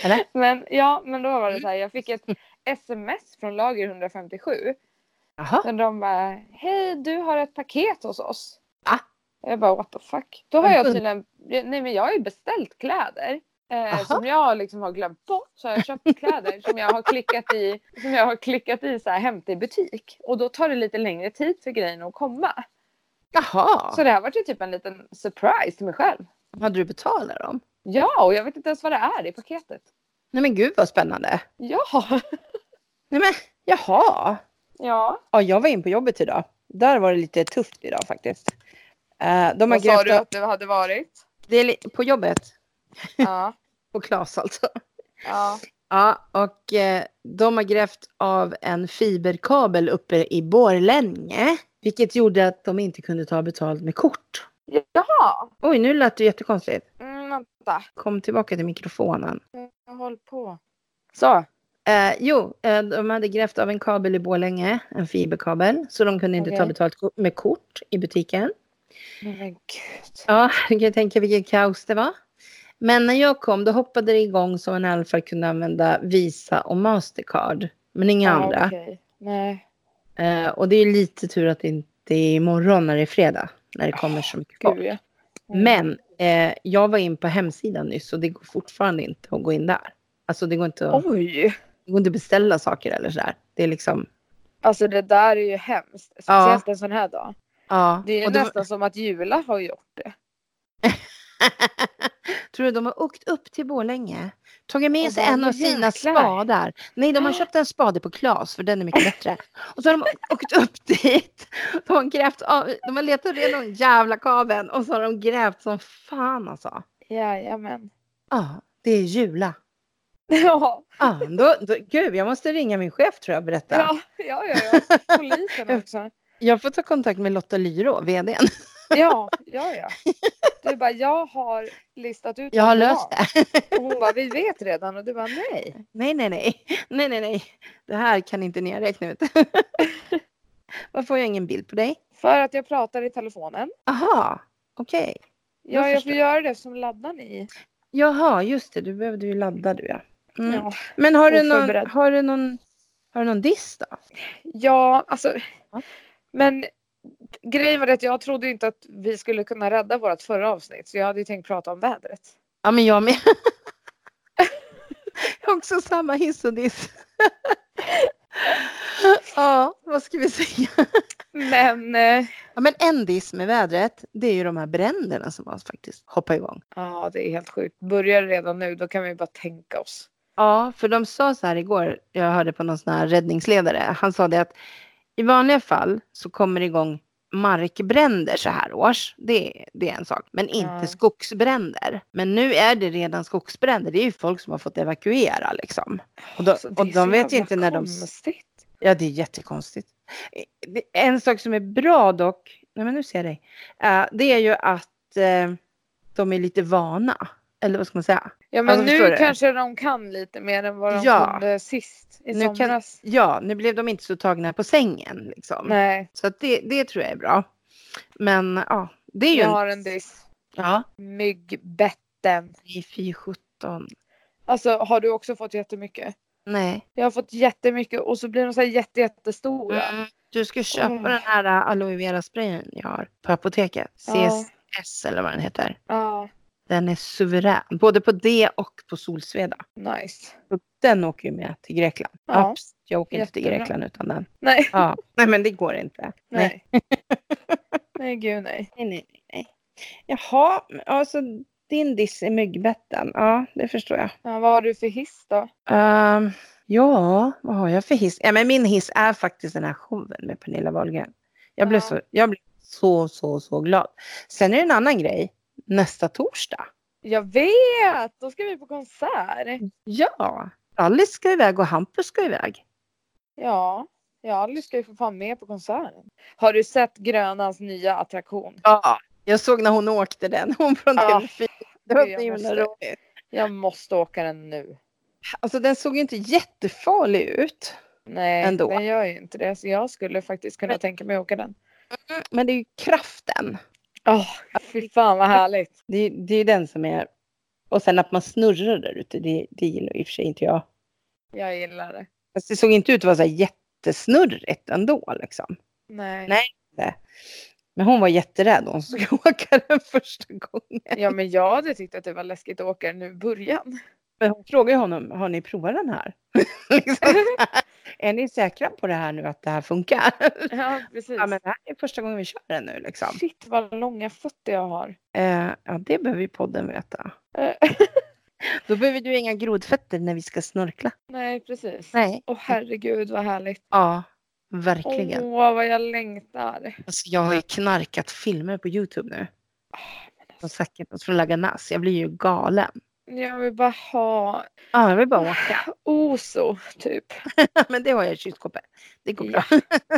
[SPEAKER 1] Eller?
[SPEAKER 2] Men ja, men då var det så här. Jag fick ett [laughs] sms från lager 157.
[SPEAKER 1] Jaha.
[SPEAKER 2] Där de bara, hej du har ett paket hos oss.
[SPEAKER 1] Va?
[SPEAKER 2] Jag bara what the fuck. Då har
[SPEAKER 1] Men
[SPEAKER 2] jag
[SPEAKER 1] gud.
[SPEAKER 2] tydligen, nej men jag har ju beställt kläder. Eh,
[SPEAKER 1] Aha.
[SPEAKER 2] som jag liksom har glömt bort. Så har jag köpt kläder som jag har klickat i, som jag har klickat i så här hämta i butik. Och då tar det lite längre tid för grejen att komma.
[SPEAKER 1] Jaha.
[SPEAKER 2] Så det här var ju typ en liten surprise till mig själv.
[SPEAKER 1] Hade du betalat dem?
[SPEAKER 2] Ja, och jag vet inte ens vad det är i paketet.
[SPEAKER 1] Nej men gud vad spännande.
[SPEAKER 2] Ja.
[SPEAKER 1] Nej men jaha.
[SPEAKER 2] Ja.
[SPEAKER 1] Ja, jag var in på jobbet idag. Där var det lite tufft idag faktiskt. Eh, de har
[SPEAKER 2] Vad sa
[SPEAKER 1] grävt
[SPEAKER 2] du
[SPEAKER 1] upp...
[SPEAKER 2] att du hade varit?
[SPEAKER 1] Det är li- på jobbet.
[SPEAKER 2] Ja.
[SPEAKER 1] På Klas alltså.
[SPEAKER 2] Ja.
[SPEAKER 1] Ja, och eh, de har grävt av en fiberkabel uppe i Borlänge. Vilket gjorde att de inte kunde ta betalt med kort.
[SPEAKER 2] Jaha.
[SPEAKER 1] Oj, nu lät det jättekonstigt.
[SPEAKER 2] Mm, vänta.
[SPEAKER 1] Kom tillbaka till mikrofonen.
[SPEAKER 2] Håll på.
[SPEAKER 1] Så. Eh, jo, eh, de hade grävt av en kabel i Borlänge, en fiberkabel, så de kunde inte ta
[SPEAKER 2] Okej.
[SPEAKER 1] betalt ko- med kort i butiken.
[SPEAKER 2] Men gud.
[SPEAKER 1] Ja, du kan ju tänka vilken kaos det var. Men när jag kom då hoppade det igång så man i alla fall kunde använda Visa och Mastercard, men inga
[SPEAKER 2] Ja,
[SPEAKER 1] andra.
[SPEAKER 2] okej. Nej.
[SPEAKER 1] Eh, och det är ju lite tur att det inte är imorgon när det är fredag, när det kommer så mycket folk.
[SPEAKER 2] Gud, ja. Mm.
[SPEAKER 1] Men eh, jag var in på hemsidan nyss och det går fortfarande inte att gå in där. Alltså det går inte att,
[SPEAKER 2] Oj!
[SPEAKER 1] det går inte att beställa saker eller sådär. Det är liksom,
[SPEAKER 2] Alltså det där är ju hemskt. Speciellt en sån här dag.
[SPEAKER 1] ja.
[SPEAKER 2] Det är ju
[SPEAKER 1] Och det var-
[SPEAKER 2] nästan som att Jula har gjort det.
[SPEAKER 1] [laughs] Tror du de har åkt upp till Borlänge? Tagit
[SPEAKER 2] Och
[SPEAKER 1] med sig
[SPEAKER 2] bara,
[SPEAKER 1] en
[SPEAKER 2] "Nu
[SPEAKER 1] av sina
[SPEAKER 2] jäklar."
[SPEAKER 1] spadar. Nej, de har köpt en spade på Klas för den är mycket bättre. Och så har de åkt upp [laughs] dit. De har, grävt av, de har letat reda den jävla kabeln och så har de grävt som fan alltså.
[SPEAKER 2] Jajamän.
[SPEAKER 1] Ja, det är Jula.
[SPEAKER 2] [laughs] Ja,
[SPEAKER 1] Ja, då, då, gud, jag måste ringa min chef tror jag och berätta.
[SPEAKER 2] ja, ja, ja, ja.
[SPEAKER 1] [laughs]
[SPEAKER 2] Polisen också.
[SPEAKER 1] Jag får ta kontakt med Lotta Lyrå, vdn.
[SPEAKER 2] Ja, ja, ja. Du bara, jag har listat ut
[SPEAKER 1] Jag har
[SPEAKER 2] vad
[SPEAKER 1] löst
[SPEAKER 2] var.
[SPEAKER 1] det.
[SPEAKER 2] Och hon bara, vi vet redan. Och du bara, nej.
[SPEAKER 1] Nej, nej, nej. [laughs] Nej, nej, nej. Det här kan inte ni räkna [laughs] ut. Varför får jag ingen bild på dig?
[SPEAKER 2] För att jag pratar i telefonen.
[SPEAKER 1] Aha, okej.
[SPEAKER 2] Ja,
[SPEAKER 1] Jag
[SPEAKER 2] jag får
[SPEAKER 1] förstår.
[SPEAKER 2] göra det som laddar ni.
[SPEAKER 1] Jaha, just det. Du behövde ju ladda du ja. Mm.
[SPEAKER 2] Ja.
[SPEAKER 1] Men har du, någon,
[SPEAKER 2] Oförberedd.
[SPEAKER 1] har du någon, har du någon diss då?
[SPEAKER 2] Ja, alltså.
[SPEAKER 1] Ja.
[SPEAKER 2] Men grejen var det att jag trodde inte att vi skulle kunna rädda vårt förra avsnitt. Så jag hade ju tänkt prata om vädret.
[SPEAKER 1] Ja, men jag med. [laughs] jag har också samma hiss och diss. [laughs] ja, vad ska vi säga?
[SPEAKER 2] Men eh,
[SPEAKER 1] Ja, men en diss med vädret, det är ju de här bränderna som har faktiskt hoppat igång.
[SPEAKER 2] ja, det är helt sjukt. Börjar det redan nu, då kan vi bara tänka oss.
[SPEAKER 1] Ja, för de sa så här igår, jag hörde på någon sån här räddningsledare, han sa det att i vanliga fall så kommer det igång markbränder så här års, det, det är en sak, men inte
[SPEAKER 2] Ja.
[SPEAKER 1] skogsbränder. Men nu är det redan skogsbränder, det är ju folk som har fått evakuera liksom. Och, då,
[SPEAKER 2] Alltså, det
[SPEAKER 1] och
[SPEAKER 2] är så
[SPEAKER 1] de vet ju
[SPEAKER 2] jävla
[SPEAKER 1] inte när de...
[SPEAKER 2] konstigt.
[SPEAKER 1] Ja, det är jättekonstigt. Eh, det- En sak som är bra dock, nej men nu ser jag dig, Eh, det är ju att eh, de är lite vana, eller vad ska man säga?
[SPEAKER 2] Ja men
[SPEAKER 1] Alltså, förstår
[SPEAKER 2] nu
[SPEAKER 1] du?
[SPEAKER 2] kanske de kan lite mer än vad de
[SPEAKER 1] Ja.
[SPEAKER 2] kunde sist i
[SPEAKER 1] Nu kan-
[SPEAKER 2] somras.
[SPEAKER 1] Ja, nu blev de inte så tagna på sängen. Liksom.
[SPEAKER 2] Nej,
[SPEAKER 1] Så att det, det tror jag är bra. Men ja, det är ju...
[SPEAKER 2] jag har en diss.
[SPEAKER 1] Ja.
[SPEAKER 2] Myggbetten.
[SPEAKER 1] Nej, fy sjutton.
[SPEAKER 2] Alltså har du också fått jättemycket?
[SPEAKER 1] Nej.
[SPEAKER 2] Jag har fått jättemycket och så blir de så här jätte, jättestora.
[SPEAKER 1] Mm. Du ska köpa
[SPEAKER 2] Mm.
[SPEAKER 1] den här ä, aloe vera-sprayen jag har på apoteket.
[SPEAKER 2] Ja.
[SPEAKER 1] CSS eller vad den heter.
[SPEAKER 2] Ja,
[SPEAKER 1] Den är suverän. Både på det och på Solsveda.
[SPEAKER 2] nice.
[SPEAKER 1] Så Den åker ju med till Grekland.
[SPEAKER 2] Ja.
[SPEAKER 1] Abs- jag åker inte till
[SPEAKER 2] Jättebra.
[SPEAKER 1] Grekland utan den.
[SPEAKER 2] Nej,
[SPEAKER 1] Ja. Nej men det går inte.
[SPEAKER 2] nej.
[SPEAKER 1] [laughs]
[SPEAKER 2] nej, gud nej.
[SPEAKER 1] Nej, nej, nej, nej. Jaha, alltså din diss är myggbetten. Ja, det förstår jag.
[SPEAKER 2] Ja, vad har du för hiss då?
[SPEAKER 1] Ehm, ja, vad har jag för hiss? Ja, men min hiss är faktiskt den här showen med Pernilla Wahlgren. Jag blev,
[SPEAKER 2] Ja.
[SPEAKER 1] så, jag blev så, så, så glad. Sen är det en annan grej. Nästa torsdag.
[SPEAKER 2] Jag vet! Då ska vi på konsert.
[SPEAKER 1] Mm. Ja. Alice ska iväg och Hampus ska iväg.
[SPEAKER 2] Ja, ja Alice ska ju för fan med på konserten. Har du sett Grönans nya attraktion?
[SPEAKER 1] Ja. Jag såg när hon åkte den. Hon från
[SPEAKER 2] Ja.
[SPEAKER 1] TV4. Det var
[SPEAKER 2] Gud,
[SPEAKER 1] så
[SPEAKER 2] jag
[SPEAKER 1] himla
[SPEAKER 2] måste.
[SPEAKER 1] roligt.
[SPEAKER 2] Jag måste åka den nu.
[SPEAKER 1] Alltså den såg ju inte jättefarlig ut.
[SPEAKER 2] Nej,
[SPEAKER 1] Ändå.
[SPEAKER 2] den gör ju inte det. Så jag skulle faktiskt kunna
[SPEAKER 1] Men-
[SPEAKER 2] tänka mig att åka den.
[SPEAKER 1] Men det är ju kraften.
[SPEAKER 2] Åh, fy fan vad härligt.
[SPEAKER 1] Det är, det är ju den som är... Och sen att man snurrar där ute, det, det gillar i och för sig inte jag.
[SPEAKER 2] Jag gillar det.
[SPEAKER 1] Fast det såg inte ut att vara så här jättesnurrigt ändå. Liksom.
[SPEAKER 2] Nej.
[SPEAKER 1] Nej. Men hon var jätterädd hon skulle [laughs] åka den första gången.
[SPEAKER 2] Ja, men jag hade tyckt att det var läskigt att åka den nu i början. [laughs]
[SPEAKER 1] Men hon frågade honom, har ni provat den här? [laughs] liksom, så här, är ni säkra på det här nu att det här funkar? [laughs]
[SPEAKER 2] Ja, precis.
[SPEAKER 1] ja men det här är första gången vi kör den nu liksom.
[SPEAKER 2] Shit vad långa fötter jag har.
[SPEAKER 1] Eh, ja det behöver ju podden veta.
[SPEAKER 2] Eh,
[SPEAKER 1] Då behöver du inga grodfötter när vi ska snorkla.
[SPEAKER 2] Nej, precis.
[SPEAKER 1] Nej.
[SPEAKER 2] Åh herregud vad härligt.
[SPEAKER 1] Ja,
[SPEAKER 2] Åh,
[SPEAKER 1] verkligen.
[SPEAKER 2] vad jag längtar.
[SPEAKER 1] Alltså, jag har ju knarkat filmer på Youtube nu.
[SPEAKER 2] Ah, men
[SPEAKER 1] Från
[SPEAKER 2] alltså,
[SPEAKER 1] Sakinos från Laganas. Jag blir ju galen.
[SPEAKER 2] Jag vill bara ha
[SPEAKER 1] Ja, jag vill bara åka.
[SPEAKER 2] Oso, typ.
[SPEAKER 1] [laughs] men det har jag i kylskåpet. Det går
[SPEAKER 2] Ja.
[SPEAKER 1] bra. [laughs]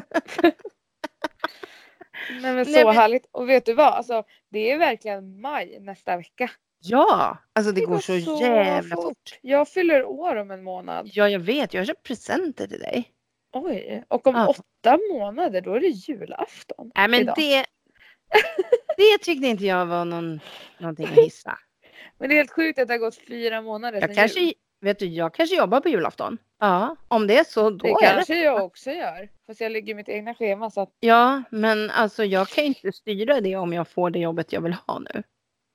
[SPEAKER 2] Nej, men så
[SPEAKER 1] Nej, men-
[SPEAKER 2] härligt. Och vet du vad? Alltså, det är verkligen maj nästa vecka.
[SPEAKER 1] Ja, alltså det,
[SPEAKER 2] Det
[SPEAKER 1] går
[SPEAKER 2] går
[SPEAKER 1] så,
[SPEAKER 2] så
[SPEAKER 1] jävla
[SPEAKER 2] fort.
[SPEAKER 1] fort.
[SPEAKER 2] Jag fyller år om en månad.
[SPEAKER 1] Ja, jag vet. Jag har köpt presenter till dig.
[SPEAKER 2] Oj. Och om
[SPEAKER 1] Ja.
[SPEAKER 2] åtta månader då är det julafton.
[SPEAKER 1] Nej, men
[SPEAKER 2] Idag.
[SPEAKER 1] det... [laughs] Det tyckte inte jag var någon, någonting att [laughs] hissa.
[SPEAKER 2] Men det är helt sjukt att det har gått fyra månader
[SPEAKER 1] Alltså, Jag
[SPEAKER 2] sedan
[SPEAKER 1] kanske,
[SPEAKER 2] jul.
[SPEAKER 1] vet du, jag kanske jobbar på julafton. Ja, om det är så då
[SPEAKER 2] Det
[SPEAKER 1] är det.
[SPEAKER 2] kanske jag också gör. Fast jag ligger i mitt egna schema så att
[SPEAKER 1] Ja, men alltså jag kan ju inte styra det om jag får det jobbet jag vill ha nu.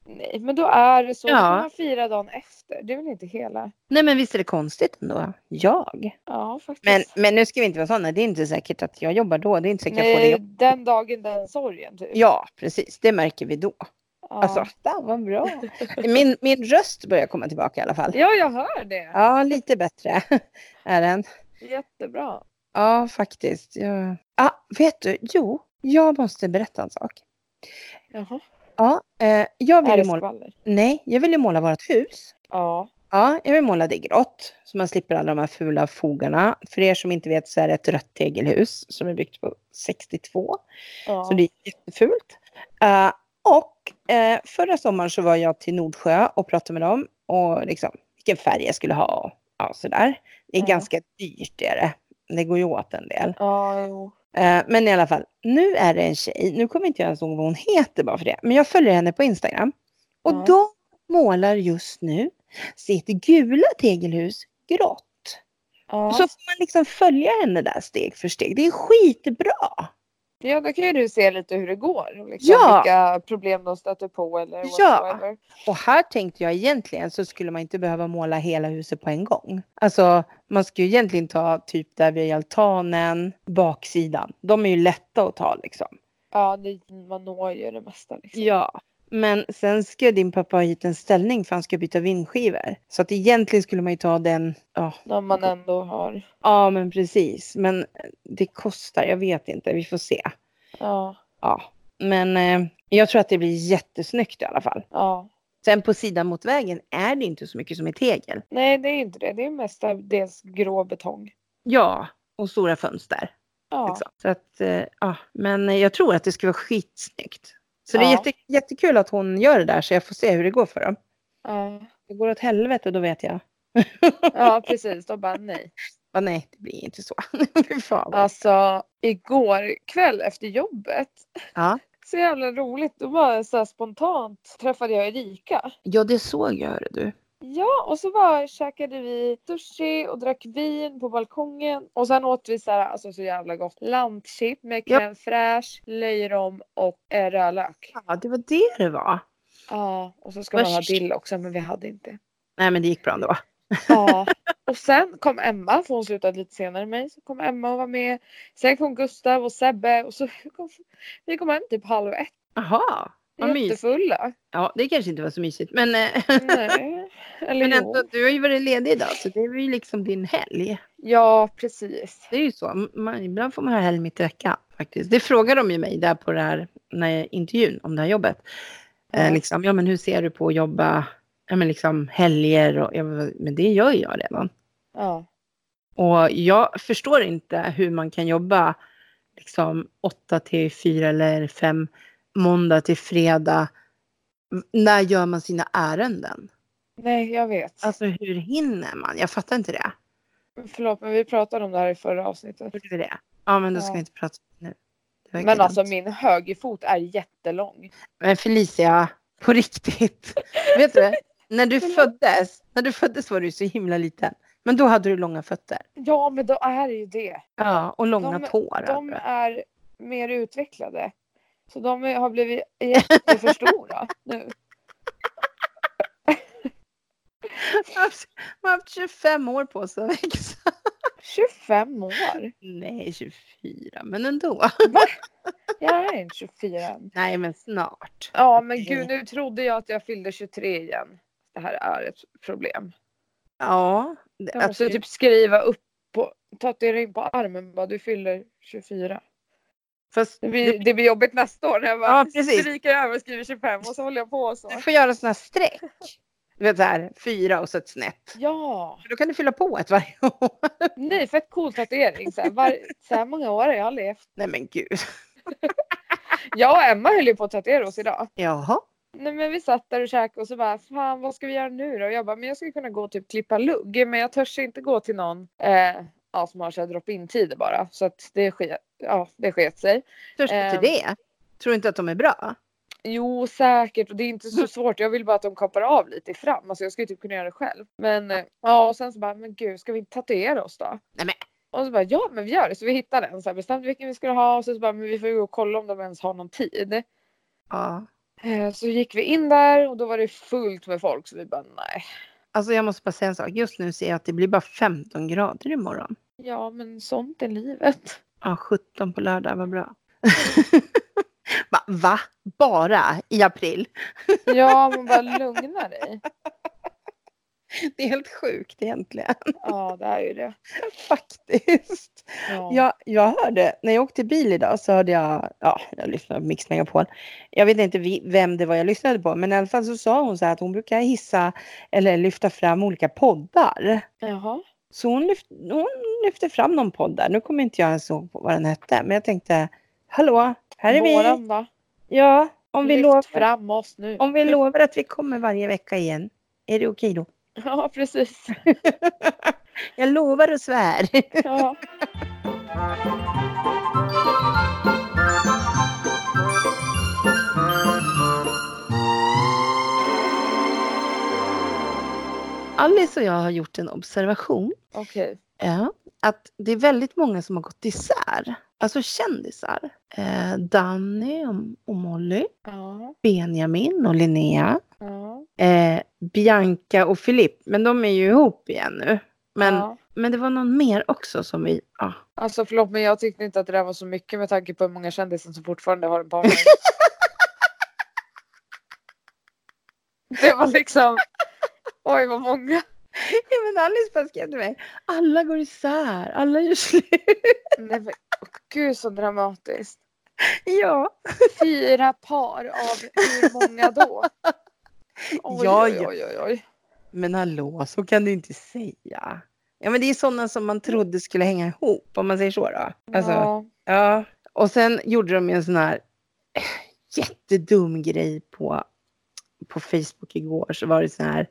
[SPEAKER 2] nej. Men då är det så. Då
[SPEAKER 1] Ja.
[SPEAKER 2] kan man fira dagen efter. Det är väl inte hela.
[SPEAKER 1] Nej, men visst är det konstigt ändå. Jag?
[SPEAKER 2] Ja faktiskt.
[SPEAKER 1] Men, men nu ska vi inte vara sådana. Det är inte säkert att jag jobbar då. Det är inte säkert jag får det
[SPEAKER 2] nej,
[SPEAKER 1] jobbet.
[SPEAKER 2] den dagen den sorgen typ.
[SPEAKER 1] Ja, precis. Det märker vi då.
[SPEAKER 2] Ja.
[SPEAKER 1] Alltså, fan vad bra.
[SPEAKER 2] [laughs]
[SPEAKER 1] Min, min röst börjar komma tillbaka i alla fall.
[SPEAKER 2] ja jag hör det.
[SPEAKER 1] Ja, lite bättre [laughs] är den.
[SPEAKER 2] Jättebra.
[SPEAKER 1] Ja, faktiskt. Ja, ah, vet du? Jo, jag måste berätta en sak.
[SPEAKER 2] Jaha.
[SPEAKER 1] Ja, eh, jag,
[SPEAKER 2] Är
[SPEAKER 1] vill
[SPEAKER 2] det
[SPEAKER 1] ju måla,
[SPEAKER 2] skvaller?
[SPEAKER 1] nej, jag vill ju måla vårt hus.
[SPEAKER 2] Ja.
[SPEAKER 1] Ja, jag vill måla det grått så man slipper alla de här fula fogarna. För er som inte vet så är det ett rött tegelhus som är byggt på 62.
[SPEAKER 2] ja.
[SPEAKER 1] Så det är jättefult. Eh, och eh, förra sommaren så var jag till Nordsjö och pratade med dem och liksom vilken färg jag skulle ha och ja, sådär. Det är
[SPEAKER 2] Ja.
[SPEAKER 1] ganska dyrt är det. Det går ju åt en del.
[SPEAKER 2] Ja, jo.
[SPEAKER 1] Eh, men i alla fall, nu är det en tjej, nu kommer inte jag ens ihåg vad hon heter bara för det, men jag följer henne på Instagram. Och
[SPEAKER 2] Ja.
[SPEAKER 1] de målar just nu sitt gula tegelhus grått.
[SPEAKER 2] Ja.
[SPEAKER 1] Så får man liksom följa henne där steg för steg. Det är skitbra.
[SPEAKER 2] ja, då kan ju du se lite hur det går. och Liksom,
[SPEAKER 1] Ja.
[SPEAKER 2] Vilka problem de stöter på eller
[SPEAKER 1] Ja.
[SPEAKER 2] whatsoever.
[SPEAKER 1] Och här tänkte jag egentligen så skulle man inte behöva måla hela huset på en gång. Alltså man ska ju egentligen ta typ där vid altanen, baksidan. De är ju lätta att ta liksom.
[SPEAKER 2] Ja, det, man når ju det mesta. Liksom.
[SPEAKER 1] Ja. Men sen ska din pappa ha hit en ställning för han ska byta vindskivor. Så att egentligen skulle man ju ta den, ja,
[SPEAKER 2] När man ändå har.
[SPEAKER 1] ja men precis. Men eh, det kostar, jag vet inte, vi får se.
[SPEAKER 2] Ja,
[SPEAKER 1] Ja. Men eh, jag tror att det blir jättesnyggt i alla fall.
[SPEAKER 2] ja.
[SPEAKER 1] Sen på sidan mot vägen är det inte så mycket som är tegel.
[SPEAKER 2] Nej, det är ju inte det. Det är mestadels grå betong.
[SPEAKER 1] Ja, och stora fönster.
[SPEAKER 2] Ja.
[SPEAKER 1] Liksom. Så att, eh, ja. Men jag tror att det ska vara skitsnyggt. Så det är
[SPEAKER 2] Ja.
[SPEAKER 1] jätte, jättekul att hon gör det där så jag får se hur det går för dem.
[SPEAKER 2] ja.
[SPEAKER 1] det går åt helvete, då vet jag.
[SPEAKER 2] Ja, precis. Då bara
[SPEAKER 1] [laughs]
[SPEAKER 2] nej.
[SPEAKER 1] Ja, nej, det blir inte så. [laughs] Fy Fan. vad-
[SPEAKER 2] Alltså, igår kväll efter jobbet.
[SPEAKER 1] Ja.
[SPEAKER 2] Så jävla roligt. Då bara så här spontant träffade jag Erika.
[SPEAKER 1] ja, det såg jag, hörru du.
[SPEAKER 2] Ja, och så bara käkade vi sushi och drack vin på balkongen. Och sen åt vi så här, alltså så jävla gott, lampchip med
[SPEAKER 1] Ja.
[SPEAKER 2] crème fraîche, löjrom och eh, rödlök.
[SPEAKER 1] Ja, det var det det var.
[SPEAKER 2] Ja, och så ska
[SPEAKER 1] Vad
[SPEAKER 2] man ha
[SPEAKER 1] sh-
[SPEAKER 2] dill också, men vi hade inte.
[SPEAKER 1] Nej, men det gick bra ändå.
[SPEAKER 2] Ja, och sen kom Emma, för hon slutade lite senare än mig. Så kom Emma och var med. Sen kom Gustav och Sebbe och så kom vi kom hem typ halv ett.
[SPEAKER 1] Jaha. Vad mysigt. [laughs]
[SPEAKER 2] Jättefulla.
[SPEAKER 1] Ja, det kanske inte var så mysigt. Men, eh, [laughs]
[SPEAKER 2] Nej, eller
[SPEAKER 1] men
[SPEAKER 2] jo.
[SPEAKER 1] ändå, du har ju varit ledig idag, så det är ju liksom din helg.
[SPEAKER 2] Ja, precis.
[SPEAKER 1] Det är ju så. Man, ibland får man ha helg mitt i veckan faktiskt. Det frågar de ju mig där på det här när jag, intervjun om det här jobbet. Eh,
[SPEAKER 2] Ja.
[SPEAKER 1] liksom, ja men hur ser du på att jobba ja, men liksom, helger? Och, ja, men men det gör jag redan.
[SPEAKER 2] Ja.
[SPEAKER 1] Och jag förstår inte hur man kan jobba liksom 8 till 4 eller 5 måndag till fredag. M- När gör man sina ärenden?
[SPEAKER 2] Nej, jag vet.
[SPEAKER 1] Alltså hur hinner man? Jag fattar inte det.
[SPEAKER 2] Förlåt, men vi pratade om det här i förra avsnittet.
[SPEAKER 1] Gjorde vi det? Ja men då ska
[SPEAKER 2] Ja.
[SPEAKER 1] vi inte prata om det nu. Det verkar
[SPEAKER 2] Men
[SPEAKER 1] dumt.
[SPEAKER 2] alltså min högerfot är jättelång.
[SPEAKER 1] Men Eh, Felicia, på riktigt. [laughs] Vet du, när du
[SPEAKER 2] Förlåt.
[SPEAKER 1] föddes, när du föddes var du så himla liten. Men då hade du långa fötter.
[SPEAKER 2] Ja, men då är det ju det.
[SPEAKER 1] Ja, och långa
[SPEAKER 2] De-
[SPEAKER 1] tår. hade
[SPEAKER 2] De
[SPEAKER 1] du.
[SPEAKER 2] är mer utvecklade. Så de är- har blivit jätteför stora nu.
[SPEAKER 1] Man [laughs] har haft 25 år på sig att växa.
[SPEAKER 2] 25 år?
[SPEAKER 1] Nej, 24, men ändå.
[SPEAKER 2] Va? Jag är inte 24 än.
[SPEAKER 1] [laughs] Nej, men snart.
[SPEAKER 2] Ja, men gud nu trodde jag att jag fyllde 23 igen. Det här är ett problem.
[SPEAKER 1] Ja, alltså, det-
[SPEAKER 2] Jag måste
[SPEAKER 1] absolut.
[SPEAKER 2] typ skriva upp på tatuering på armen bara du fyller 24.
[SPEAKER 1] Fast
[SPEAKER 2] Det blir, det blir jobbigt nästa år när jag bara
[SPEAKER 1] Ja, precis.
[SPEAKER 2] stryker över och skriver 25 och så håller jag på så.
[SPEAKER 1] du får göra sådana streck. Du vet så här, fyra och så ett snett.
[SPEAKER 2] Ja,
[SPEAKER 1] För Då kan du fylla på ett varje [laughs] år.
[SPEAKER 2] nej fett cool tatuering. Så här, var, så här många år har jag levt.
[SPEAKER 1] Nej, men gud.
[SPEAKER 2] Jag och Emma höll ju på att tatuera oss idag.
[SPEAKER 1] Jaha.
[SPEAKER 2] Nej men vi satt där och käkade och så bara fan vad ska vi göra nu då? Och jag bara men jag skulle kunna gå och typ klippa lugg men jag törs inte gå till någon eh, ja, som har så här drop-in tider bara så att det sker. Ja det sket sig.
[SPEAKER 1] Törs du
[SPEAKER 2] Ehm.
[SPEAKER 1] till det? Tror du inte att de är bra?
[SPEAKER 2] Jo säkert och det är
[SPEAKER 1] [laughs]
[SPEAKER 2] inte så svårt. Jag vill bara att de kapar av lite fram. Alltså jag skulle typ kunna göra det själv. Men eh, ja och sen så bara men gud ska vi inte tatuera oss då?
[SPEAKER 1] Nej, men-
[SPEAKER 2] Och så bara ja men vi gör det. Så vi hittade en så här bestämde vilken vi skulle ha och så, så bara men vi får ju gå och kolla om de ens har någon tid.
[SPEAKER 1] Ja.
[SPEAKER 2] Eh, så gick vi in där och då var det fullt med folk så vi bara nej.
[SPEAKER 1] Alltså jag måste bara säga en sak. Just nu ser jag att det blir bara 15 grader imorgon.
[SPEAKER 2] Ja, men sånt är livet. [laughs]
[SPEAKER 1] Ja, 17 på lördag, vad bra. [laughs] Va? Va? Bara i april?
[SPEAKER 2] Ja, man bara lugna dig.
[SPEAKER 1] Det är helt sjukt egentligen. [laughs]
[SPEAKER 2] Ja, det är ju det.
[SPEAKER 1] Faktiskt.
[SPEAKER 2] Ja.
[SPEAKER 1] Jag, jag hörde, när jag åkte bil idag så hörde jag, ja, jag lyssnade på Mix Megapol. Jag vet inte vi, vem det var jag lyssnade på, men i alla fall så sa hon så här att hon brukar hissa eller lyfta fram olika poddar.
[SPEAKER 2] Jaha.
[SPEAKER 1] Så hon, lyft, hon lyfte fram någon podd där. Nu kommer inte jag ens ihåg vad den hette, men jag tänkte, hallå, här är vi.
[SPEAKER 2] Våran, va?
[SPEAKER 1] Ja, om vi,
[SPEAKER 2] Lyft
[SPEAKER 1] lovar,
[SPEAKER 2] fram oss nu. [laughs]
[SPEAKER 1] om vi lovar att vi kommer varje vecka igen, är det okej då? [laughs]
[SPEAKER 2] Ja, precis.
[SPEAKER 1] Jag lovar och svär.
[SPEAKER 2] Ja.
[SPEAKER 1] [laughs] Alice och jag har gjort en observation
[SPEAKER 2] Okej.
[SPEAKER 1] Ja, att det är väldigt många som har gått isär. Alltså kändisar. Eh, Danny och- och Molly.
[SPEAKER 2] Ja.
[SPEAKER 1] Benjamin och Linnea.
[SPEAKER 2] Ja.
[SPEAKER 1] Eh, Bianca och Filip. Men de är ju ihop igen nu. Men,
[SPEAKER 2] ja.
[SPEAKER 1] men det var någon mer också som vi... Ja.
[SPEAKER 2] Alltså förlåt, men jag tyckte inte att det där var så mycket med tanke på hur många kändisar som fortfarande har [laughs] en partner. det var liksom... Oj, vad många.
[SPEAKER 1] [laughs] ja men Alice bara skrev till mig. Alla går isär. Alla gör slut. [laughs]
[SPEAKER 2] Nej, men, gud, så dramatiskt.
[SPEAKER 1] ja.
[SPEAKER 2] Fyra par av hur många [laughs] då? Oj,
[SPEAKER 1] Ja,
[SPEAKER 2] oj,
[SPEAKER 1] ja.
[SPEAKER 2] oj, oj, oj.
[SPEAKER 1] Men hallå, så kan du inte säga. Ja men det är sådana som man trodde skulle hänga ihop. Om man säger så då. Alltså,
[SPEAKER 2] Ja,
[SPEAKER 1] Ja, och sen gjorde de ju en sån här eh, jättedum grej på, på Facebook igår. Så var det så här,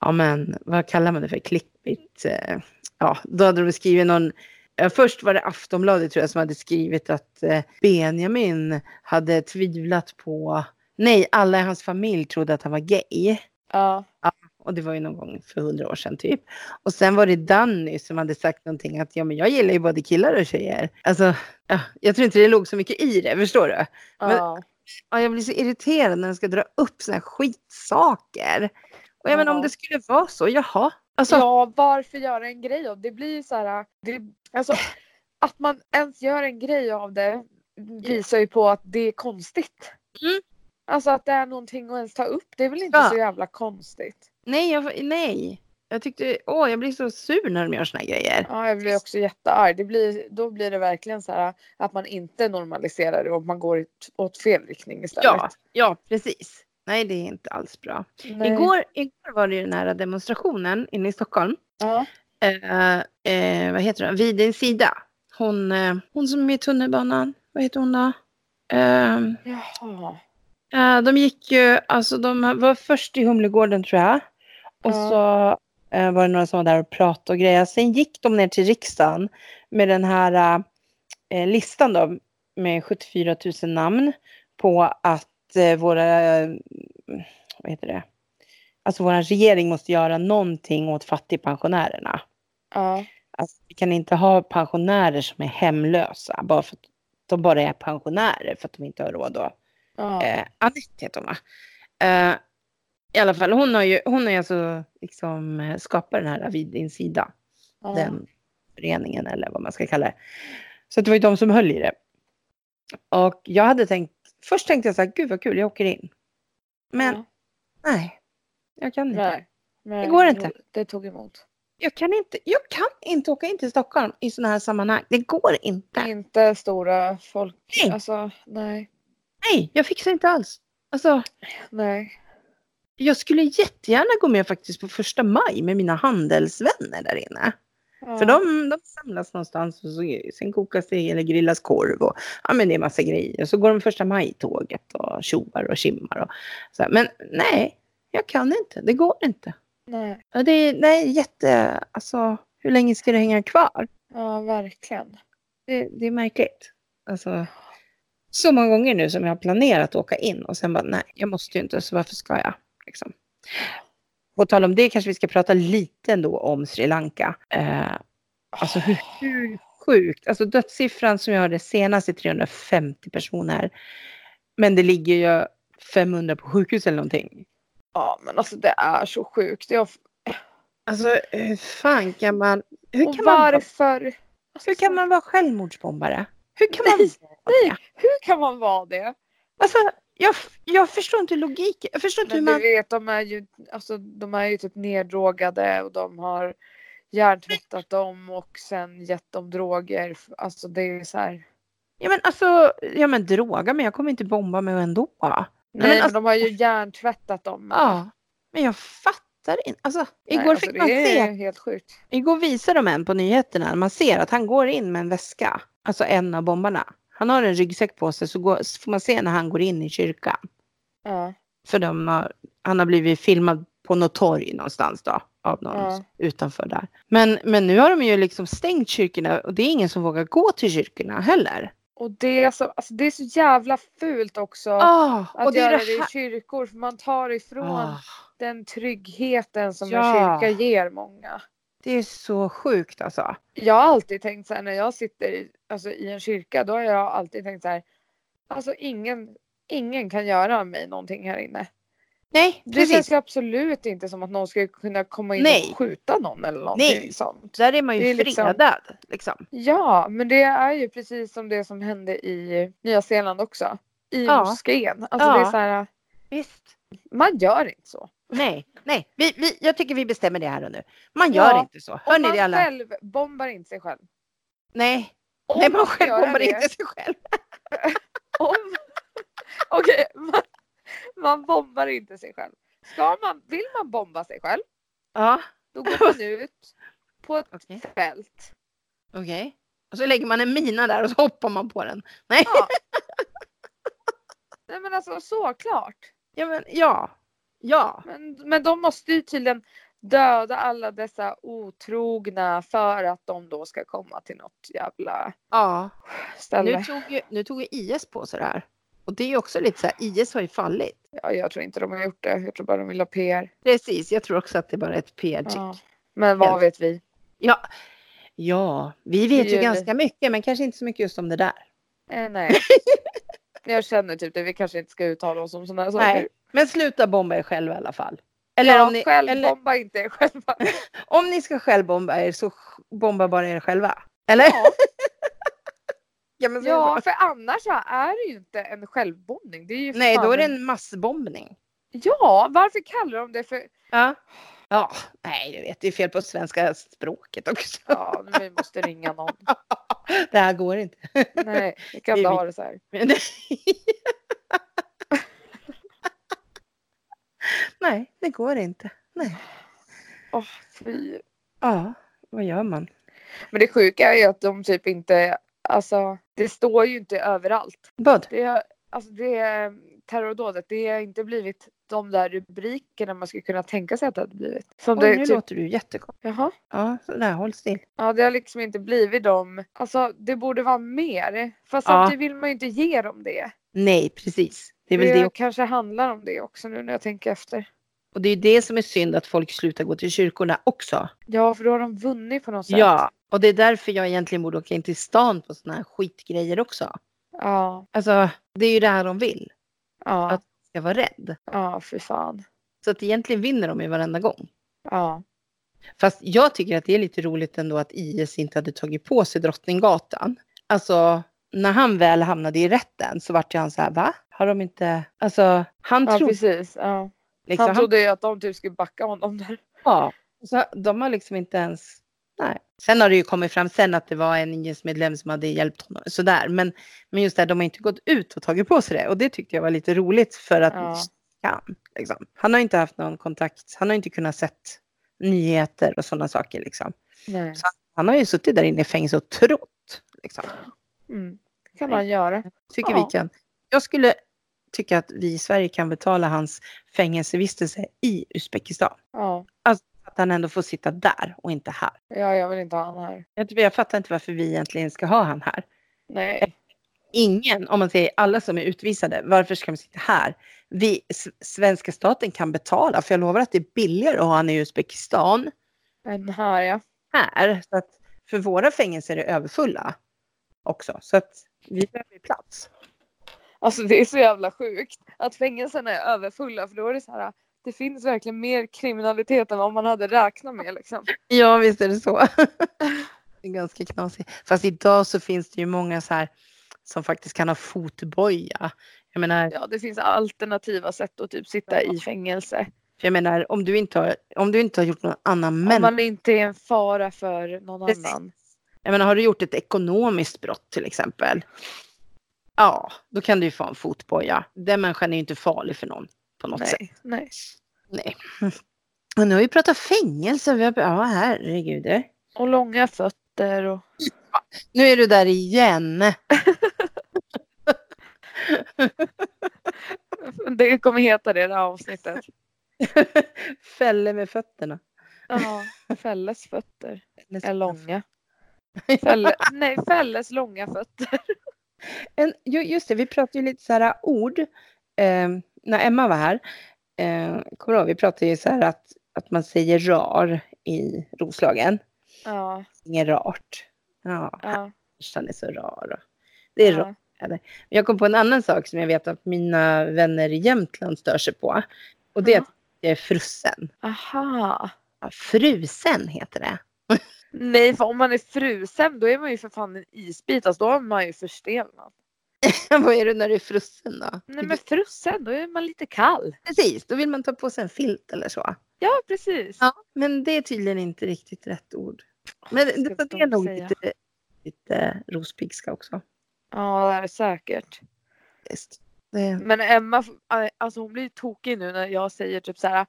[SPEAKER 1] ja men vad kallar man det för, klippigt. eh, Ja, då hade de skrivit någon, ja, först var det Aftonbladet tror jag som hade skrivit att eh, Benjamin hade tvivlat på, nej alla i hans familj trodde att han var gay.
[SPEAKER 3] Ja.
[SPEAKER 1] Och det var ju någon gång för hundra år sedan typ. Och sen var det Danny som hade sagt någonting att ja men jag gillar ju både killar och tjejer. Alltså, ja, jag tror inte det låg så mycket i det, förstår du? Men-
[SPEAKER 3] ja.
[SPEAKER 1] Ja, jag blir så irriterad när de ska dra upp såna här skitsaker. Och jag menar om
[SPEAKER 3] Ja.
[SPEAKER 1] det skulle vara så, jaha. Alltså,
[SPEAKER 2] Ja, varför göra en grej av det? Det blir ju så här, det, alltså, att man ens gör en grej av det visar ju på att det är konstigt.
[SPEAKER 1] Mm.
[SPEAKER 2] Alltså att det är någonting att ens ta upp, det är väl inte
[SPEAKER 1] Ja.
[SPEAKER 2] så jävla konstigt.
[SPEAKER 1] nej, jag, nej. Jag tyckte, åh, jag blir så sur när de gör såna här grejer.
[SPEAKER 2] Ja, jag blir också jättearg. Det blir, då blir det verkligen så här att man inte normaliserar det och man går i- åt fel riktning istället.
[SPEAKER 1] Ja, ja, precis. Nej, det är inte alls bra.
[SPEAKER 2] Nej.
[SPEAKER 1] Igår, igår var det ju den här demonstrationen inne i Stockholm.
[SPEAKER 2] Ja.
[SPEAKER 1] eh, eh, vad heter hon, vid din sida. Hon, eh, hon som är med i tunnelbanan, vad heter hon då? Eh,
[SPEAKER 2] Jaha.
[SPEAKER 1] eh, de gick ju, alltså de var först i Humlegården tror jag. Och
[SPEAKER 2] Ja.
[SPEAKER 1] så eh, var det några som var där och pratade och grejer. Sen gick de ner till riksdagen med den här eh, listan då med 74 000 namn på att eh, våra, eh, vad heter det, alltså vår regering måste göra någonting åt fattigpensionärerna.
[SPEAKER 2] Ja.
[SPEAKER 1] Alltså, vi kan inte ha pensionärer som är hemlösa bara för att de bara är pensionärer för att de inte har råd att...
[SPEAKER 2] Ja.
[SPEAKER 1] Eh, Anette heter hon va? Eh, I alla fall, hon har ju hon har ju alltså liksom eh, skapat den här vid din sida.
[SPEAKER 2] Ja.
[SPEAKER 1] Den föreningen eller vad man ska kalla det. Så det var ju de som höll i det. Och jag hade tänkt, först tänkte jag så här, gud vad kul, jag åker in. Men
[SPEAKER 2] Ja.
[SPEAKER 1] nej, jag kan inte.
[SPEAKER 2] Nej. Men
[SPEAKER 1] Det går inte.
[SPEAKER 2] Det tog emot.
[SPEAKER 1] Jag kan inte, jag kan inte åka in till Stockholm i sådana här sammanhang. Det går inte.
[SPEAKER 2] Inte stora folk.
[SPEAKER 1] Nej.
[SPEAKER 2] Alltså, nej.
[SPEAKER 1] Nej, jag fixar inte alls. Alltså,
[SPEAKER 2] Nej.
[SPEAKER 1] jag skulle jättegärna gå med faktiskt på första maj med mina handelsvänner där inne.
[SPEAKER 2] Ja.
[SPEAKER 1] För de, de samlas någonstans och så, sen kokas det eller grillas korv och ja, men det är massa grejer. Så går de första maj-tåget och tjoar och tjimmar. Och, så här. Men nej, jag kan inte. Det går inte.
[SPEAKER 2] Nej.
[SPEAKER 1] Ja, Det är, nej, jätte... Alltså, hur länge ska det hänga kvar?
[SPEAKER 2] Ja, verkligen.
[SPEAKER 1] Det, det är märkligt. Alltså, så många gånger nu som jag har planerat att åka in och sen bara nej, jag måste ju inte så varför ska jag? Liksom. På tal om det kanske vi ska prata lite ändå om Sri Lanka. Eh, alltså hur, hur sjukt, alltså dödssiffran som jag hörde senast är 350 personer. Men det ligger ju 500 på sjukhus eller någonting.
[SPEAKER 2] Ja, men alltså det är så sjukt. Jag,
[SPEAKER 1] Alltså hur fan kan man, hur
[SPEAKER 2] och
[SPEAKER 1] kan man, vara-
[SPEAKER 2] varför?
[SPEAKER 1] hur kan man vara självmordsbombare? Hur kan man
[SPEAKER 2] Nej,
[SPEAKER 1] vara det?
[SPEAKER 2] Hur kan man vara det?
[SPEAKER 1] Alltså, jag, jag förstår inte logiken. Jag förstår inte hur
[SPEAKER 2] Men du
[SPEAKER 1] man...
[SPEAKER 2] vet, de är ju, alltså, de är ju typ neddrogade och de har hjärntvättat dem och sen gett dem droger. Alltså det är så här.
[SPEAKER 1] Ja men alltså, ja men droga men jag kommer inte bomba mig ändå.
[SPEAKER 2] Nej, men
[SPEAKER 1] alltså-
[SPEAKER 2] de har ju hjärntvättat dem.
[SPEAKER 1] Ja. Men jag fattar inte. Alltså,
[SPEAKER 2] Nej,
[SPEAKER 1] igår
[SPEAKER 2] alltså,
[SPEAKER 1] fick man
[SPEAKER 2] det är
[SPEAKER 1] se,
[SPEAKER 2] helt sjukt.
[SPEAKER 1] igår visade de en på nyheterna, man ser att han går in med en väska. Alltså en av bombarna. Han har en ryggsäck på sig så, går, så får man se när han går in i kyrkan.
[SPEAKER 2] Ja.
[SPEAKER 1] För de har, han har blivit filmad på något torg någonstans då. Av någon
[SPEAKER 2] Ja.
[SPEAKER 1] utanför där. Men, men nu har de ju liksom stängt kyrkorna och det är ingen som vågar gå till kyrkorna heller.
[SPEAKER 2] Och det är, så, alltså, det är så jävla fult också.
[SPEAKER 1] Ah,
[SPEAKER 2] Att
[SPEAKER 1] och det är
[SPEAKER 2] göra
[SPEAKER 1] det
[SPEAKER 2] det i
[SPEAKER 1] här.
[SPEAKER 2] kyrkor för man tar ifrån
[SPEAKER 1] Ah,
[SPEAKER 2] den tryggheten som
[SPEAKER 1] Ja.
[SPEAKER 2] en kyrka ger många.
[SPEAKER 1] det är så sjukt alltså.
[SPEAKER 2] Jag har alltid tänkt så här när jag sitter i, alltså, i en kyrka, då har jag alltid tänkt så här. Alltså ingen, ingen kan göra mig någonting här inne.
[SPEAKER 1] Nej,
[SPEAKER 2] Det
[SPEAKER 1] precis.
[SPEAKER 2] känns ju absolut inte som att någon skulle kunna komma in
[SPEAKER 1] Nej.
[SPEAKER 2] och skjuta någon eller någonting
[SPEAKER 1] Nej.
[SPEAKER 2] sånt.
[SPEAKER 1] Där är man
[SPEAKER 2] det
[SPEAKER 1] ju
[SPEAKER 2] är liksom-
[SPEAKER 1] fredad. Liksom.
[SPEAKER 2] Ja, men det är ju precis som det som hände i Nya Zeeland också. I
[SPEAKER 1] Ja.
[SPEAKER 2] moskén. Alltså
[SPEAKER 1] Ja.
[SPEAKER 2] det är så här,
[SPEAKER 1] Visst.
[SPEAKER 2] man gör inte så.
[SPEAKER 1] Nej, nej. Vi, vi, jag tycker vi bestämmer det här och nu. Man gör
[SPEAKER 2] Ja,
[SPEAKER 1] inte så.
[SPEAKER 2] Och
[SPEAKER 1] Hör ni
[SPEAKER 2] man
[SPEAKER 1] det alla?
[SPEAKER 2] själv bombar inte sig själv.
[SPEAKER 1] Nej,
[SPEAKER 2] Om
[SPEAKER 1] nej, man
[SPEAKER 2] man
[SPEAKER 1] själv
[SPEAKER 2] gör
[SPEAKER 1] bombar
[SPEAKER 2] det-
[SPEAKER 1] inte sig själv.
[SPEAKER 2] Om... [laughs] Okej, man, man bombar inte sig själv. Ska man, vill man bomba sig själv,
[SPEAKER 1] Ja,
[SPEAKER 2] då går
[SPEAKER 1] [laughs]
[SPEAKER 2] man ut på ett
[SPEAKER 1] okej.
[SPEAKER 2] fält.
[SPEAKER 1] okej. Och så lägger man en mina där och så hoppar man på den. Nej, ja,
[SPEAKER 2] Ja. Nej men alltså såklart.
[SPEAKER 1] men ja. Ja,
[SPEAKER 2] Men, men de måste ju tydligen, döda alla dessa otrogna för att de då ska komma till något jävla
[SPEAKER 1] Ja,
[SPEAKER 2] ställe.
[SPEAKER 1] nu tog, ju, nu tog ju IS på sig det här. Och det är ju också lite så här, IS har ju fallit.
[SPEAKER 2] Ja, jag tror inte de har gjort det. Jag tror bara de vill ha PR.
[SPEAKER 1] Precis, jag tror också att det bara är ett PR-trick. Ja.
[SPEAKER 2] Ja. Men vad
[SPEAKER 1] Helt.
[SPEAKER 2] vet vi?
[SPEAKER 1] vi vet ju
[SPEAKER 2] Juli.
[SPEAKER 1] ganska mycket, men kanske inte så mycket just om det där.
[SPEAKER 2] Eh,
[SPEAKER 1] [laughs]
[SPEAKER 2] nej. jag känner typ det. Vi kanske inte ska uttala oss om sådana här saker.
[SPEAKER 1] Nej, men sluta bomba er själva i alla fall. Eller,
[SPEAKER 2] ja,
[SPEAKER 1] om, ni, eller
[SPEAKER 2] självbomba inte er själva.
[SPEAKER 1] alltså, om ni ska självbomba er så sj- bomba bara er själva. Eller?
[SPEAKER 2] Ja.
[SPEAKER 1] [laughs] ja, men så är det
[SPEAKER 2] Ja,
[SPEAKER 1] bara.
[SPEAKER 2] för annars så är det ju inte en självbombning. Det är ju för
[SPEAKER 1] Nej,
[SPEAKER 2] fan
[SPEAKER 1] då är det
[SPEAKER 2] en-
[SPEAKER 1] en massbombning.
[SPEAKER 2] Ja, varför kallar de det för...
[SPEAKER 1] Ja. Ja, nej du vet, det är fel på svenska språket också.
[SPEAKER 2] Ja, men vi måste
[SPEAKER 1] [laughs]
[SPEAKER 2] ringa någon.
[SPEAKER 1] Det här går inte.
[SPEAKER 2] Nej, vi
[SPEAKER 1] Det
[SPEAKER 2] kan
[SPEAKER 1] är
[SPEAKER 2] inte
[SPEAKER 1] vi-
[SPEAKER 2] ha det så här.
[SPEAKER 1] Men- Nej, det går inte. Nej.
[SPEAKER 2] Åh, fy.
[SPEAKER 1] Ja, vad gör man?
[SPEAKER 2] Men det sjuka är ju att de typ inte... Alltså, det står ju inte överallt.
[SPEAKER 1] Vad?
[SPEAKER 2] Det är, alltså det är terrordådet. Det har inte blivit de där rubrikerna man skulle kunna tänka sig att det hade blivit. Som
[SPEAKER 1] Oj,
[SPEAKER 2] det
[SPEAKER 1] nu
[SPEAKER 2] typ...
[SPEAKER 1] låter du jättekonstig.
[SPEAKER 2] Jaha.
[SPEAKER 1] Ja, sådär, håll still.
[SPEAKER 2] Ja, det har liksom inte blivit dem. Alltså, det borde vara mer. Fast
[SPEAKER 1] Ja.
[SPEAKER 2] samtidigt vill man ju inte ge dem det.
[SPEAKER 1] Nej, precis. Det är väl
[SPEAKER 2] Det,
[SPEAKER 1] det.
[SPEAKER 2] kanske handlar om det också nu när jag tänker efter.
[SPEAKER 1] Och det är ju det som är synd att folk slutar gå till kyrkorna också.
[SPEAKER 2] Ja, för då har de vunnit på något sätt.
[SPEAKER 1] Ja, och det är därför jag egentligen borde åka in till stan på sådana här skitgrejer också.
[SPEAKER 2] Ja,
[SPEAKER 1] Alltså, det är ju det här de vill.
[SPEAKER 2] ja,
[SPEAKER 1] Att- Jag var rädd.
[SPEAKER 2] ja, fy fan.
[SPEAKER 1] Så att egentligen vinner de ju varenda gång.
[SPEAKER 2] Ja.
[SPEAKER 1] Fast jag tycker att det är lite roligt ändå att IS inte hade tagit på sig Drottninggatan. Alltså, när han väl hamnade i rätten så vart ju han så här, va? Har de inte... Alltså, han
[SPEAKER 2] Ja,
[SPEAKER 1] trodde...
[SPEAKER 2] precis. Ja.
[SPEAKER 1] Liksom,
[SPEAKER 2] Han trodde ju att de typ skulle backa honom där.
[SPEAKER 1] Ja. Så de har liksom inte ens... Nej. Sen har det ju kommit fram sen att det var en IS-medlem som hade hjälpt honom. Sådär. Men, men just det, här, de har inte gått ut och tagit på sig det. Och det tyckte jag var lite roligt för att
[SPEAKER 2] Ja.
[SPEAKER 1] kan. Liksom. Han har inte haft någon kontakt. Han har inte kunnat sett nyheter och sådana saker. Liksom.
[SPEAKER 2] Nej.
[SPEAKER 1] Han har ju suttit där inne i fängelse och trott. Liksom.
[SPEAKER 2] Mm. Det kan man göra.
[SPEAKER 1] Tycker
[SPEAKER 2] Ja.
[SPEAKER 1] vi kan. Jag skulle tycka att vi i Sverige kan betala hans fängelsevistelse i Uzbekistan.
[SPEAKER 2] Ja.
[SPEAKER 1] Att han ändå får sitta där och inte här.
[SPEAKER 2] ja, jag vill inte ha han här.
[SPEAKER 1] Jag, tror- jag fattar inte varför vi egentligen ska ha han här.
[SPEAKER 2] Nej.
[SPEAKER 1] Ingen, om man säger alla som är utvisade, varför ska de sitta här? Vi, s- svenska staten kan betala, för jag lovar att det är billigare att ha han i Uzbekistan
[SPEAKER 2] Den här ja.
[SPEAKER 1] här. Så att, för våra fängelser är överfulla också, så att vi behöver plats.
[SPEAKER 2] Alltså det är så jävla sjukt att fängelserna är överfulla för då är det så här. Det finns verkligen mer kriminalitet än vad man hade räknat med liksom.
[SPEAKER 1] Ja, visst är det så. [laughs] det är ganska knasigt. Fast idag så finns det ju många så här som faktiskt kan ha fotboja. Jag menar,
[SPEAKER 2] Ja, det finns alternativa sätt att typ sitta i fängelse.
[SPEAKER 1] för jag menar om, du inte har, om du inte har gjort någon annan
[SPEAKER 2] Om
[SPEAKER 1] människa
[SPEAKER 2] man inte är en fara för någon
[SPEAKER 1] Precis.
[SPEAKER 2] annan.
[SPEAKER 1] Jag menar, har du gjort ett ekonomiskt brott till exempel? Ja, då kan du ju få en fotboja. Den människan är ju inte farlig för någon på något sätt.
[SPEAKER 2] Nej, nej.
[SPEAKER 1] Men nu har vi pratat fängelse. Vi har... Ja, herregud.
[SPEAKER 2] Och långa fötter och... [laughs]
[SPEAKER 1] Nu är du där igen. [laughs]
[SPEAKER 2] Det kommer heta det, det här avsnittet.
[SPEAKER 1] Fäller med fötterna.
[SPEAKER 2] Ja, Fälles fötter
[SPEAKER 1] Eller så- [laughs]
[SPEAKER 2] är långa. Fälle, nej, Fälles långa fötter.
[SPEAKER 1] En, ju- just det, vi pratade ju lite så här äh, ord eh, när Emma var här. Eh, kommer du ihåg, vi pratade ju så här att, att man säger rar i Roslagen.
[SPEAKER 2] Ja,
[SPEAKER 1] Inget rart. Ja,
[SPEAKER 2] ja.
[SPEAKER 1] han är så rar. Det är rart.
[SPEAKER 2] ja.
[SPEAKER 1] Jag kom på en annan sak som jag vet att mina vänner i Jämtland stör sig på. Och det är att jag är frusen.
[SPEAKER 2] Aha.
[SPEAKER 1] Ja, Frusen heter det. [laughs]
[SPEAKER 2] Nej, för om man är frusen då är man ju för fan en isbit. Alltså då har man ju förstelnat.
[SPEAKER 1] Vad är det när du är frusen då?
[SPEAKER 2] Nej, men frusen då är man lite kall.
[SPEAKER 1] Precis, då vill man ta på sig en filt eller så.
[SPEAKER 2] Ja, precis.
[SPEAKER 1] Ja. Men det är tydligen inte riktigt rätt ord. Men
[SPEAKER 2] Ska
[SPEAKER 1] det, det
[SPEAKER 2] de
[SPEAKER 1] är nog
[SPEAKER 2] säga.
[SPEAKER 1] lite, lite rospigska också.
[SPEAKER 2] Ja, det är det säkert.
[SPEAKER 1] Visst. Det,
[SPEAKER 2] Men Emma, alltså hon blir ju tokig nu när jag säger typ så här.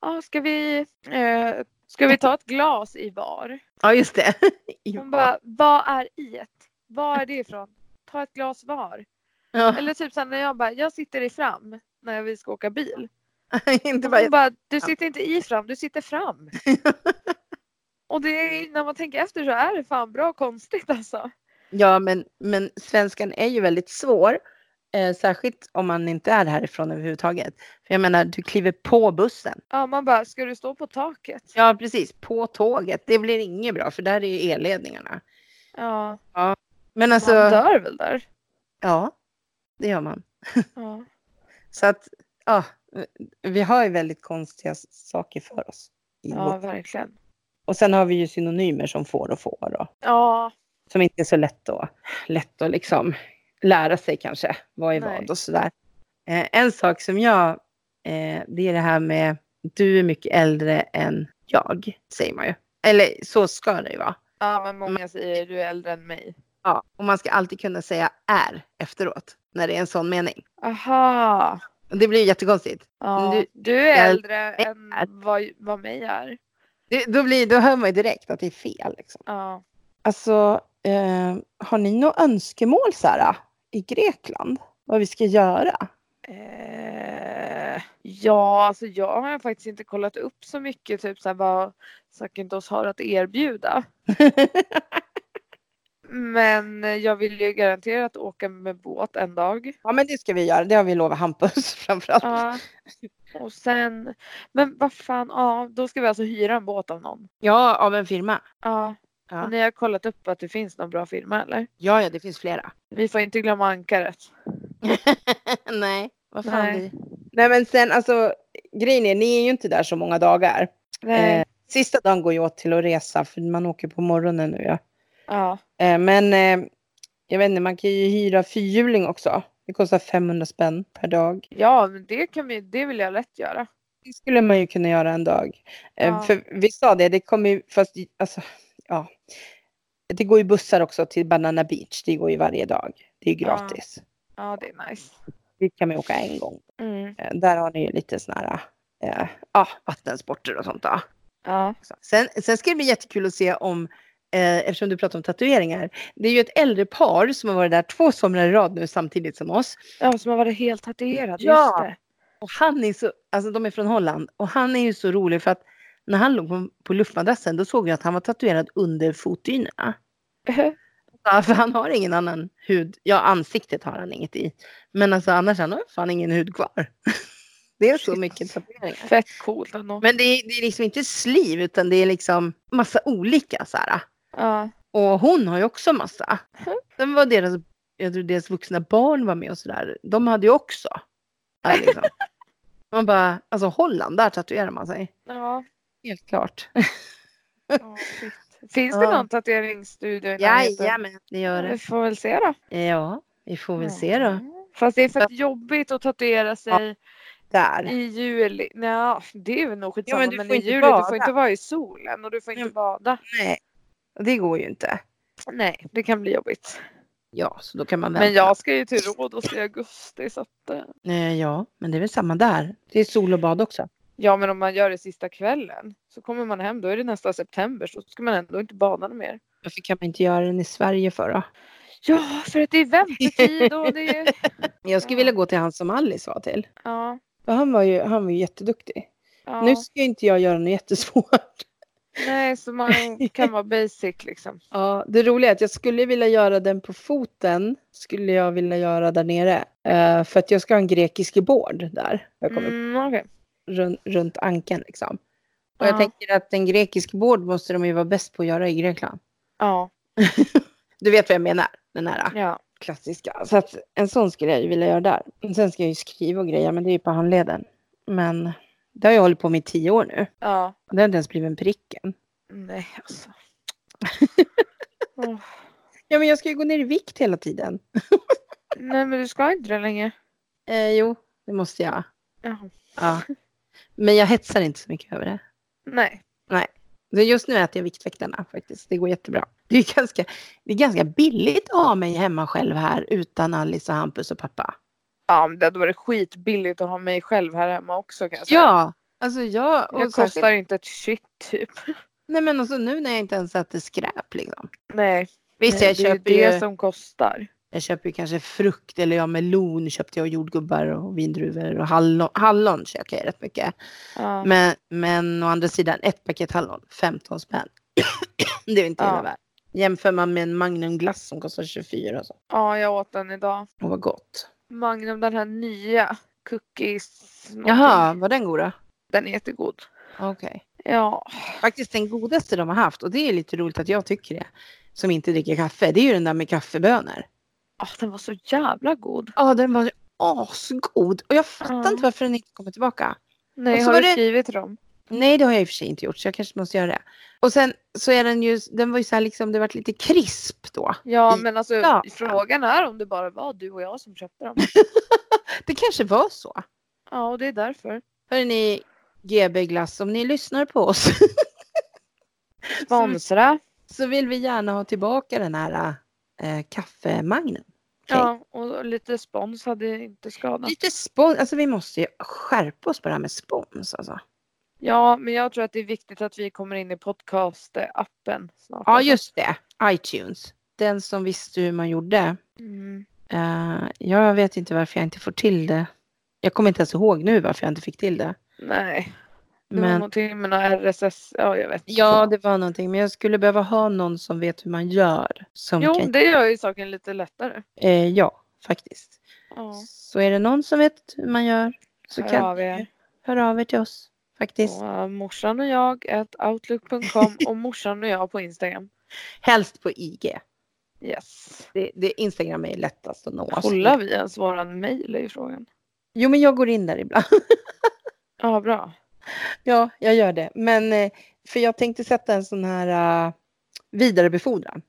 [SPEAKER 2] Ah, ska, vi, eh, ska vi ta ett glas i var?
[SPEAKER 1] ja, just det. [laughs]
[SPEAKER 2] Hon bara, vad är i ett? Vad är det ifrån? Ta ett glas var.
[SPEAKER 1] Ja.
[SPEAKER 2] Eller typ sen när jag bara, jag sitter i fram när vi ska åka bil.
[SPEAKER 1] [laughs] inte bara...
[SPEAKER 2] Hon bara, du sitter inte i fram, du sitter [laughs] fram. Och det är, när man tänker efter så är det fan bra konstigt alltså.
[SPEAKER 1] Ja, men, men svenskan är ju väldigt svår. Eh, särskilt om man inte är härifrån överhuvudtaget. För jag menar, du kliver på bussen.
[SPEAKER 2] Ja, man bara, ska du stå på taket?
[SPEAKER 1] Ja, precis. På tåget. Det blir inget bra, för där är ju elledningarna.
[SPEAKER 2] Ja,
[SPEAKER 1] Men alltså,
[SPEAKER 2] man dör väl där.
[SPEAKER 1] ja, det gör man.
[SPEAKER 2] Ja.
[SPEAKER 1] Så att, ja, vi har ju väldigt konstiga s- saker för oss. i
[SPEAKER 2] ja,
[SPEAKER 1] vår-
[SPEAKER 2] verkligen.
[SPEAKER 1] Och sen har vi ju synonymer som får och får och
[SPEAKER 2] Ja,
[SPEAKER 1] som inte är så lätt att, lätt att liksom lära sig kanske. Vad är
[SPEAKER 2] Nej.
[SPEAKER 1] vad och sådär. Eh, en sak som jag, eh, det är det här med du är mycket äldre än jag, säger man ju. Eller så ska det ju vara.
[SPEAKER 2] ja men många säger du är äldre än mig.
[SPEAKER 1] Ja, och man ska alltid kunna säga är efteråt när det är en sån mening.
[SPEAKER 2] Aha.
[SPEAKER 1] Och Det blir ju jättekonstigt.
[SPEAKER 2] Ja.
[SPEAKER 1] Du-
[SPEAKER 2] Du, är
[SPEAKER 1] jag-
[SPEAKER 2] äldre än vad, vad mig är.
[SPEAKER 1] Det, då, blir, då hör man ju direkt att det är fel. Liksom.
[SPEAKER 2] Ja.
[SPEAKER 1] Alltså, eh, har ni några önskemål så här, i Grekland? Vad vi ska göra? [laughs]
[SPEAKER 2] Eh, ja, alltså jag har faktiskt inte kollat upp så mycket typ så här, vad Sakintos har att erbjuda. Men jag vill ju garanterat åka med båt en dag.
[SPEAKER 1] ja, men det ska vi göra. Det har vi lovat Hampus [laughs] framförallt.
[SPEAKER 2] [laughs] Ja. Och sen, men vad fan, ja, då ska vi alltså hyra en båt av någon.
[SPEAKER 1] Ja, av en firma.
[SPEAKER 2] Ja.
[SPEAKER 1] Ja.
[SPEAKER 2] Och ni har kollat upp att det finns någon bra firma eller?
[SPEAKER 1] Ja, ja, det finns flera.
[SPEAKER 2] Vi får inte glömma ankaret.
[SPEAKER 1] [laughs] Nej, vad fan
[SPEAKER 2] Nej.
[SPEAKER 1] vi... Nej, men sen alltså, grejen är, ni är ju inte där så många dagar. Eh,
[SPEAKER 2] Nej.
[SPEAKER 1] sista dagen går ju åt till att resa, för man åker på morgonen nu. Ja.
[SPEAKER 2] Ja.
[SPEAKER 1] Eh, men eh, jag vet inte, man kan ju hyra fyrhjuling också. Det kostar 500 spänn per dag.
[SPEAKER 2] ja, men det kan vi, det vill jag lätt göra.
[SPEAKER 1] Det skulle man ju kunna göra en dag. Eh,
[SPEAKER 2] Ja.
[SPEAKER 1] För vi sa det, det kommer ju, fast alltså, ja. Det går ju bussar också till Banana Beach, det går ju varje dag. Det är ju
[SPEAKER 2] Ja.
[SPEAKER 1] gratis.
[SPEAKER 2] Ja, det är nice.
[SPEAKER 1] Dit kan man ju åka en gång.
[SPEAKER 2] Mm.
[SPEAKER 1] Eh, Där har ni ju lite såna här eh, ja, vattensporter och sånt. Ja.
[SPEAKER 2] Ja.
[SPEAKER 1] Sen, sen ska det bli jättekul att se om, eh, eftersom du pratar om tatueringar, det är ju ett äldre par som har varit där två somrar i rad nu samtidigt som oss.
[SPEAKER 2] Ja, som har varit helt tatuerad.
[SPEAKER 1] Ja.
[SPEAKER 2] Just det.
[SPEAKER 1] Och han är så, alltså de är från Holland och han är ju så rolig för att när han låg på, på luftmadrassen då såg jag att han var tatuerad under fotdynorna. Ja, för han har ingen annan hud, ja ansiktet har han inget i. Men alltså annars han har fan ingen hud kvar. [laughs] Det är så mycket tatueringar.
[SPEAKER 2] [laughs] Fett coolt ändå.
[SPEAKER 1] Men det är, det är liksom inte sliv utan det är liksom massa olika så här.
[SPEAKER 2] Ja.
[SPEAKER 1] Och hon har ju också [laughs] massa. Sen var deras, jag tror deras vuxna barn var med och sådär. De hade ju också. Ja, [laughs] liksom. Man bara, alltså Holland, där tatuerar man sig.
[SPEAKER 2] ja.
[SPEAKER 1] Helt [laughs] klart.
[SPEAKER 2] ja shit. Finns det
[SPEAKER 1] Ja.
[SPEAKER 2] någon tatueringsstudio i närheten?
[SPEAKER 1] Jajamän, det gör
[SPEAKER 2] Vi
[SPEAKER 1] det.
[SPEAKER 2] får väl se då.
[SPEAKER 1] Ja, vi får väl se då.
[SPEAKER 2] Fast det är fett jobbigt att tatuera sig
[SPEAKER 1] Där.
[SPEAKER 2] i juli. Nej, det är väl nog skitsamma.
[SPEAKER 1] men
[SPEAKER 2] men
[SPEAKER 1] du får
[SPEAKER 2] i
[SPEAKER 1] inte
[SPEAKER 2] juli, du
[SPEAKER 1] bada.
[SPEAKER 2] får inte vara i solen och du får inte
[SPEAKER 1] Mm.
[SPEAKER 2] bada.
[SPEAKER 1] Nej, det går ju inte.
[SPEAKER 2] Nej, det kan bli jobbigt.
[SPEAKER 1] Ja, så då kan man vänta.
[SPEAKER 2] Men jag ska ju till Rhodos i augusti så att, eh,
[SPEAKER 1] Eh, Ja, men det är väl samma där. Det är sol och bad också.
[SPEAKER 2] Ja, men om man gör det sista kvällen så kommer man hem, då är det nästa september så ska man ändå inte bada något mer.
[SPEAKER 1] Varför kan man inte göra den i Sverige för då?
[SPEAKER 2] Ja, för att det är väntetid och det [laughs] är...
[SPEAKER 1] Jag skulle
[SPEAKER 2] Ja.
[SPEAKER 1] vilja gå till han som Alice var till.
[SPEAKER 2] Ja,
[SPEAKER 1] För han var ju, han var ju jätteduktig.
[SPEAKER 2] ja.
[SPEAKER 1] Nu ska ju inte jag göra något jättesvårt.
[SPEAKER 2] Nej, så man kan vara basic liksom.
[SPEAKER 1] Ja, det roliga är att jag skulle vilja göra den på foten. Skulle jag vilja göra där nere. Eh, för att jag ska ha en grekisk board där. Jag kommer
[SPEAKER 2] Mm, okej.
[SPEAKER 1] runt, runt ankeln liksom. Och jag
[SPEAKER 2] Ja.
[SPEAKER 1] tänker att en grekisk board måste de ju vara bäst på att göra i Grekland.
[SPEAKER 2] Ja,
[SPEAKER 1] Du vet vad jag menar? Den här
[SPEAKER 2] ja.
[SPEAKER 1] klassiska. Så att en sån skulle jag ju vilja göra där. Sen ska jag ju skriva och grejer, men det är ju på handleden. Men det har jag hållit på med i tio år nu.
[SPEAKER 2] ja.
[SPEAKER 1] Det har inte ens blivit en prick än.
[SPEAKER 2] Nej,
[SPEAKER 1] [laughs]
[SPEAKER 2] alltså. Åh.
[SPEAKER 1] Ja, men jag ska ju gå ner i vikt hela tiden.
[SPEAKER 2] Nej, men du ska inte det länge.
[SPEAKER 1] Eh, jo, det måste jag.
[SPEAKER 2] Jaha.
[SPEAKER 1] Ja. Men jag hetsar inte så mycket över det.
[SPEAKER 2] Nej.
[SPEAKER 1] Så just nu äter jag Viktväktarna faktiskt. Det går jättebra. Det är ganska, det är ganska billigt att ha mig hemma själv här utan Alice och Hampus och pappa.
[SPEAKER 2] Ja, men det hade varit skitbilligt att ha mig själv här hemma också kan jag säga.
[SPEAKER 1] Ja, alltså jag... Och
[SPEAKER 2] Jag
[SPEAKER 1] särskilt-
[SPEAKER 2] kostar inte ett shit typ.
[SPEAKER 1] Nej, men alltså nu när jag inte ens äter skräp liksom.
[SPEAKER 2] Nej.
[SPEAKER 1] Visst,
[SPEAKER 2] Nej,
[SPEAKER 1] jag
[SPEAKER 2] det är ju
[SPEAKER 1] köper
[SPEAKER 2] det
[SPEAKER 1] ju...
[SPEAKER 2] som kostar.
[SPEAKER 1] Jag köper ju kanske frukt eller jag melon köpte jag och jordgubbar och vindruvor och hallon, hallon käkar jag rätt mycket.
[SPEAKER 2] Ja.
[SPEAKER 1] Men, men å andra sidan ett paket hallon, 15 spänn. [clears throat] det är ju inte hela
[SPEAKER 2] Ja.
[SPEAKER 1] världen. Jämför man med en magnumglass som kostar 24 och så.
[SPEAKER 2] ja, jag åt den idag.
[SPEAKER 1] Och vad gott.
[SPEAKER 2] Magnum, den här nya cookies. någonting.
[SPEAKER 1] Jaha, var den god då?
[SPEAKER 2] Den är jättegod.
[SPEAKER 1] Okej.
[SPEAKER 2] Ja,
[SPEAKER 1] Faktiskt den godaste de har haft och det är lite roligt att jag tycker det. Som inte dricker kaffe. Det är ju den där med kaffebönor.
[SPEAKER 2] ah, den var så jävla god.
[SPEAKER 1] Ja, den var ju asgod. Och jag fattar
[SPEAKER 2] Ja.
[SPEAKER 1] inte varför den inte kommer tillbaka. Och
[SPEAKER 2] Nej,
[SPEAKER 1] så
[SPEAKER 2] har
[SPEAKER 1] var
[SPEAKER 2] du
[SPEAKER 1] det-
[SPEAKER 2] skrivit till dem?
[SPEAKER 1] Nej, det har jag i och för sig inte gjort så jag kanske måste göra det. Och sen så är den ju, den var ju så här liksom, det vart lite krisp då.
[SPEAKER 2] Ja,
[SPEAKER 1] I-
[SPEAKER 2] men alltså
[SPEAKER 1] Ja.
[SPEAKER 2] frågan är om det bara var du och jag som köpte dem.
[SPEAKER 1] Det kanske var så.
[SPEAKER 2] Ja, och det är därför.
[SPEAKER 1] Hör ni GB Glass, om ni lyssnar på
[SPEAKER 2] [laughs]
[SPEAKER 1] oss
[SPEAKER 2] Sponsra.
[SPEAKER 1] så vill vi gärna ha tillbaka den här äh, kaffemagnen.
[SPEAKER 2] Ja, och lite spons hade inte skadat.
[SPEAKER 1] Lite spons, alltså vi måste ju skärpa oss på det här med spons alltså.
[SPEAKER 2] Ja, men jag tror att det är viktigt att vi kommer in i podcast-appen snart.
[SPEAKER 1] Ja,
[SPEAKER 2] alltså.
[SPEAKER 1] just det. iTunes. Den som visste hur man gjorde.
[SPEAKER 2] Mm.
[SPEAKER 1] Eh, jag vet inte varför jag inte får till det. Jag kommer inte ens ihåg nu varför jag inte fick till det.
[SPEAKER 2] Nej, det var
[SPEAKER 1] Men
[SPEAKER 2] någonting med några RSS. Ja, jag vet. inte.
[SPEAKER 1] ja, det var någonting. Men jag skulle behöva ha någon som vet hur man gör. Som
[SPEAKER 2] Jo,
[SPEAKER 1] kan,
[SPEAKER 2] det gör ju saken lite lättare.
[SPEAKER 1] eh, ja, faktiskt.
[SPEAKER 2] Ja,
[SPEAKER 1] Så är det någon som vet hur man gör så
[SPEAKER 2] Hör
[SPEAKER 1] kan
[SPEAKER 2] av
[SPEAKER 1] ni
[SPEAKER 2] er.
[SPEAKER 1] ju höra av er till oss. Faktiskt.
[SPEAKER 2] Så, äh, morsan och jag, at
[SPEAKER 1] [laughs]
[SPEAKER 2] outlook.com och morsan och jag på Instagram.
[SPEAKER 1] Helst på IG.
[SPEAKER 2] Yes.
[SPEAKER 1] Det, det, Instagram är lättast att nå.
[SPEAKER 2] Kollar vi ens våran mail i frågan?
[SPEAKER 1] Jo, men jag går in där ibland. [laughs]
[SPEAKER 2] Ja, bra.
[SPEAKER 1] Ja, jag gör det. Men eh, för jag tänkte sätta en sån här uh, vidarebefordran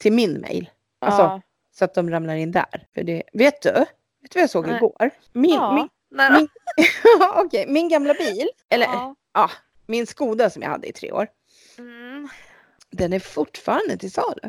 [SPEAKER 1] till min mail. Alltså,
[SPEAKER 2] ja.
[SPEAKER 1] Så att de ramlar in där. För det, vet du? Vet du vad jag såg
[SPEAKER 2] Nej.
[SPEAKER 1] igår? Min,
[SPEAKER 2] ja.
[SPEAKER 1] min, [laughs]
[SPEAKER 2] Nej, då.
[SPEAKER 1] min- okej, min gamla bil, eller
[SPEAKER 2] ja.
[SPEAKER 1] min Skoda som jag hade i tre år,
[SPEAKER 2] Mm.
[SPEAKER 1] den är fortfarande till salu.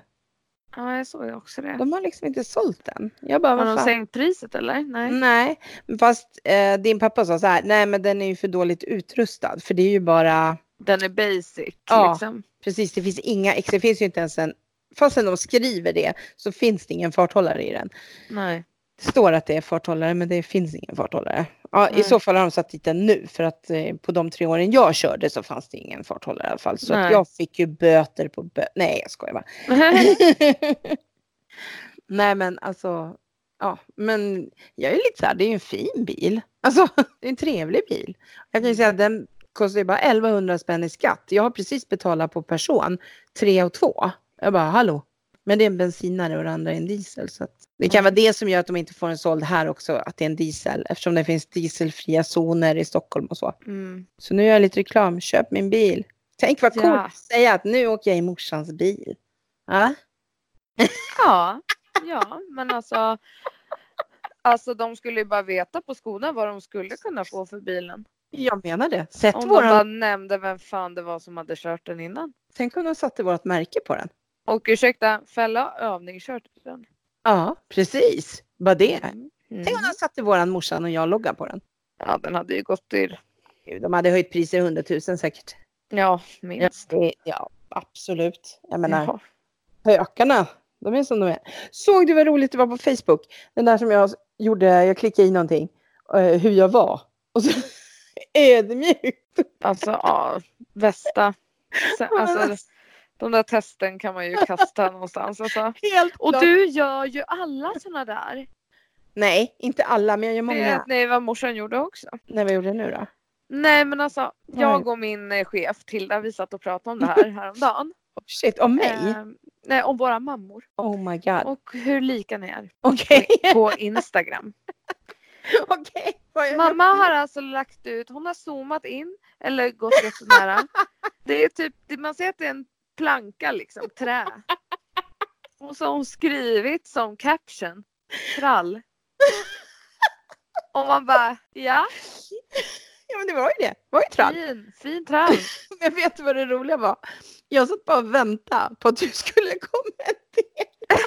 [SPEAKER 2] ja, jag såg ju också det.
[SPEAKER 1] De har liksom inte sålt den. Jag bara,
[SPEAKER 2] Har
[SPEAKER 1] vad
[SPEAKER 2] de
[SPEAKER 1] fan? Mm.
[SPEAKER 2] sänkt priset eller? Nej.
[SPEAKER 1] Nej, men fast eh, din pappa sa så här, nej men den är ju för dåligt utrustad för det är ju bara,
[SPEAKER 2] Den är basic
[SPEAKER 1] Ja.
[SPEAKER 2] liksom.
[SPEAKER 1] precis det finns inga, ex- det finns ju inte ens en, fastän de skriver det så finns det ingen farthållare i den.
[SPEAKER 2] [laughs] Nej.
[SPEAKER 1] Det står att det är farthållare men det finns ingen farthållare. Ja, I
[SPEAKER 2] Nej.
[SPEAKER 1] så fall har de satt dit den nu för att eh, på de tre åren jag körde så fanns det ingen farthållare i alla fall. Så att
[SPEAKER 2] Nej.
[SPEAKER 1] jag fick ju böter på bö- Nej jag skojar bara. Nej men alltså. Ja men jag är lite så här, det är ju en fin bil. Alltså [laughs] det är en trevlig bil. Jag kan ju säga att den kostar ju bara 1100 spänn i skatt. Jag har precis betalat på person 3 och 2. Jag bara hallå. Men det är en bensinare och det andra är en diesel. Så att det kan vara det som gör att de inte får en såld här också, att det är en diesel. Eftersom det finns dieselfria zoner i Stockholm och så.
[SPEAKER 2] Mm.
[SPEAKER 1] Så nu gör jag lite reklam, köp min bil. Tänk vad coolt
[SPEAKER 2] Ja.
[SPEAKER 1] att säga att nu åker jag i morsans bil. Ja.
[SPEAKER 2] Ja. ja, men alltså. Alltså de skulle ju bara veta på skolan vad de skulle kunna få för bilen.
[SPEAKER 1] Jag menar det. Sätt
[SPEAKER 2] Om
[SPEAKER 1] våran...
[SPEAKER 2] de bara nämnde vem fan det var som hade kört den innan.
[SPEAKER 1] Tänk om de satte vårt märke på den.
[SPEAKER 2] Och ursäkta, fälla har övningskört den.
[SPEAKER 1] Ja, precis. Vad det.
[SPEAKER 2] Mm.
[SPEAKER 1] Tänk om de satte våran morsan och jag loggan på den.
[SPEAKER 2] Ja, den hade ju gått till,
[SPEAKER 1] Gud, De hade höjt priser 100 000 säkert.
[SPEAKER 2] ja, minst.
[SPEAKER 1] Det- äh. ja absolut. Jag menar,
[SPEAKER 2] Ja.
[SPEAKER 1] hökarna. De är som de är. Såg du vad roligt det var på Facebook? Den där som jag gjorde, jag klickade i någonting. eh, hur jag var. Och så [laughs] ödmjukt.
[SPEAKER 2] Alltså, ja,
[SPEAKER 1] [laughs]
[SPEAKER 2] bästa. Sen, alltså, de där testen kan man ju kasta någonstans. Alltså.
[SPEAKER 1] Helt
[SPEAKER 2] Och
[SPEAKER 1] klart.
[SPEAKER 2] du gör ju alla sådana där.
[SPEAKER 1] Nej, inte alla, men jag gör många.
[SPEAKER 2] Vet ni vad morsan gjorde också?
[SPEAKER 1] När vi gjorde det nu då? Oh,
[SPEAKER 2] Nej men alltså,
[SPEAKER 1] Nej.
[SPEAKER 2] jag och min eh, chef Tilda vi satt och pratade om
[SPEAKER 1] [laughs]
[SPEAKER 2] det här häromdagen.
[SPEAKER 1] Oh, shit, om mig?
[SPEAKER 2] Eh, nej, om våra mammor.
[SPEAKER 1] oh my god.
[SPEAKER 2] Och hur lika
[SPEAKER 1] [laughs]
[SPEAKER 2] ni är
[SPEAKER 1] Okej,
[SPEAKER 2] på Instagram.
[SPEAKER 1] [laughs] okej. Vad jag-
[SPEAKER 2] Mamma har alltså lagt ut, hon har zoomat in eller gått rätt så
[SPEAKER 1] [laughs]
[SPEAKER 2] nära. Det är typ, det- man ser att det är en planka liksom, trä. Och så har hon skrivit som caption,
[SPEAKER 1] [laughs]
[SPEAKER 2] trall. Och man bara, ja,
[SPEAKER 1] Ja, men det var ju det. Det var ju trall.
[SPEAKER 2] fin, fin trall.
[SPEAKER 1] Men vet du vad det roliga var? Jag satt bara och väntade på att du skulle kommentera.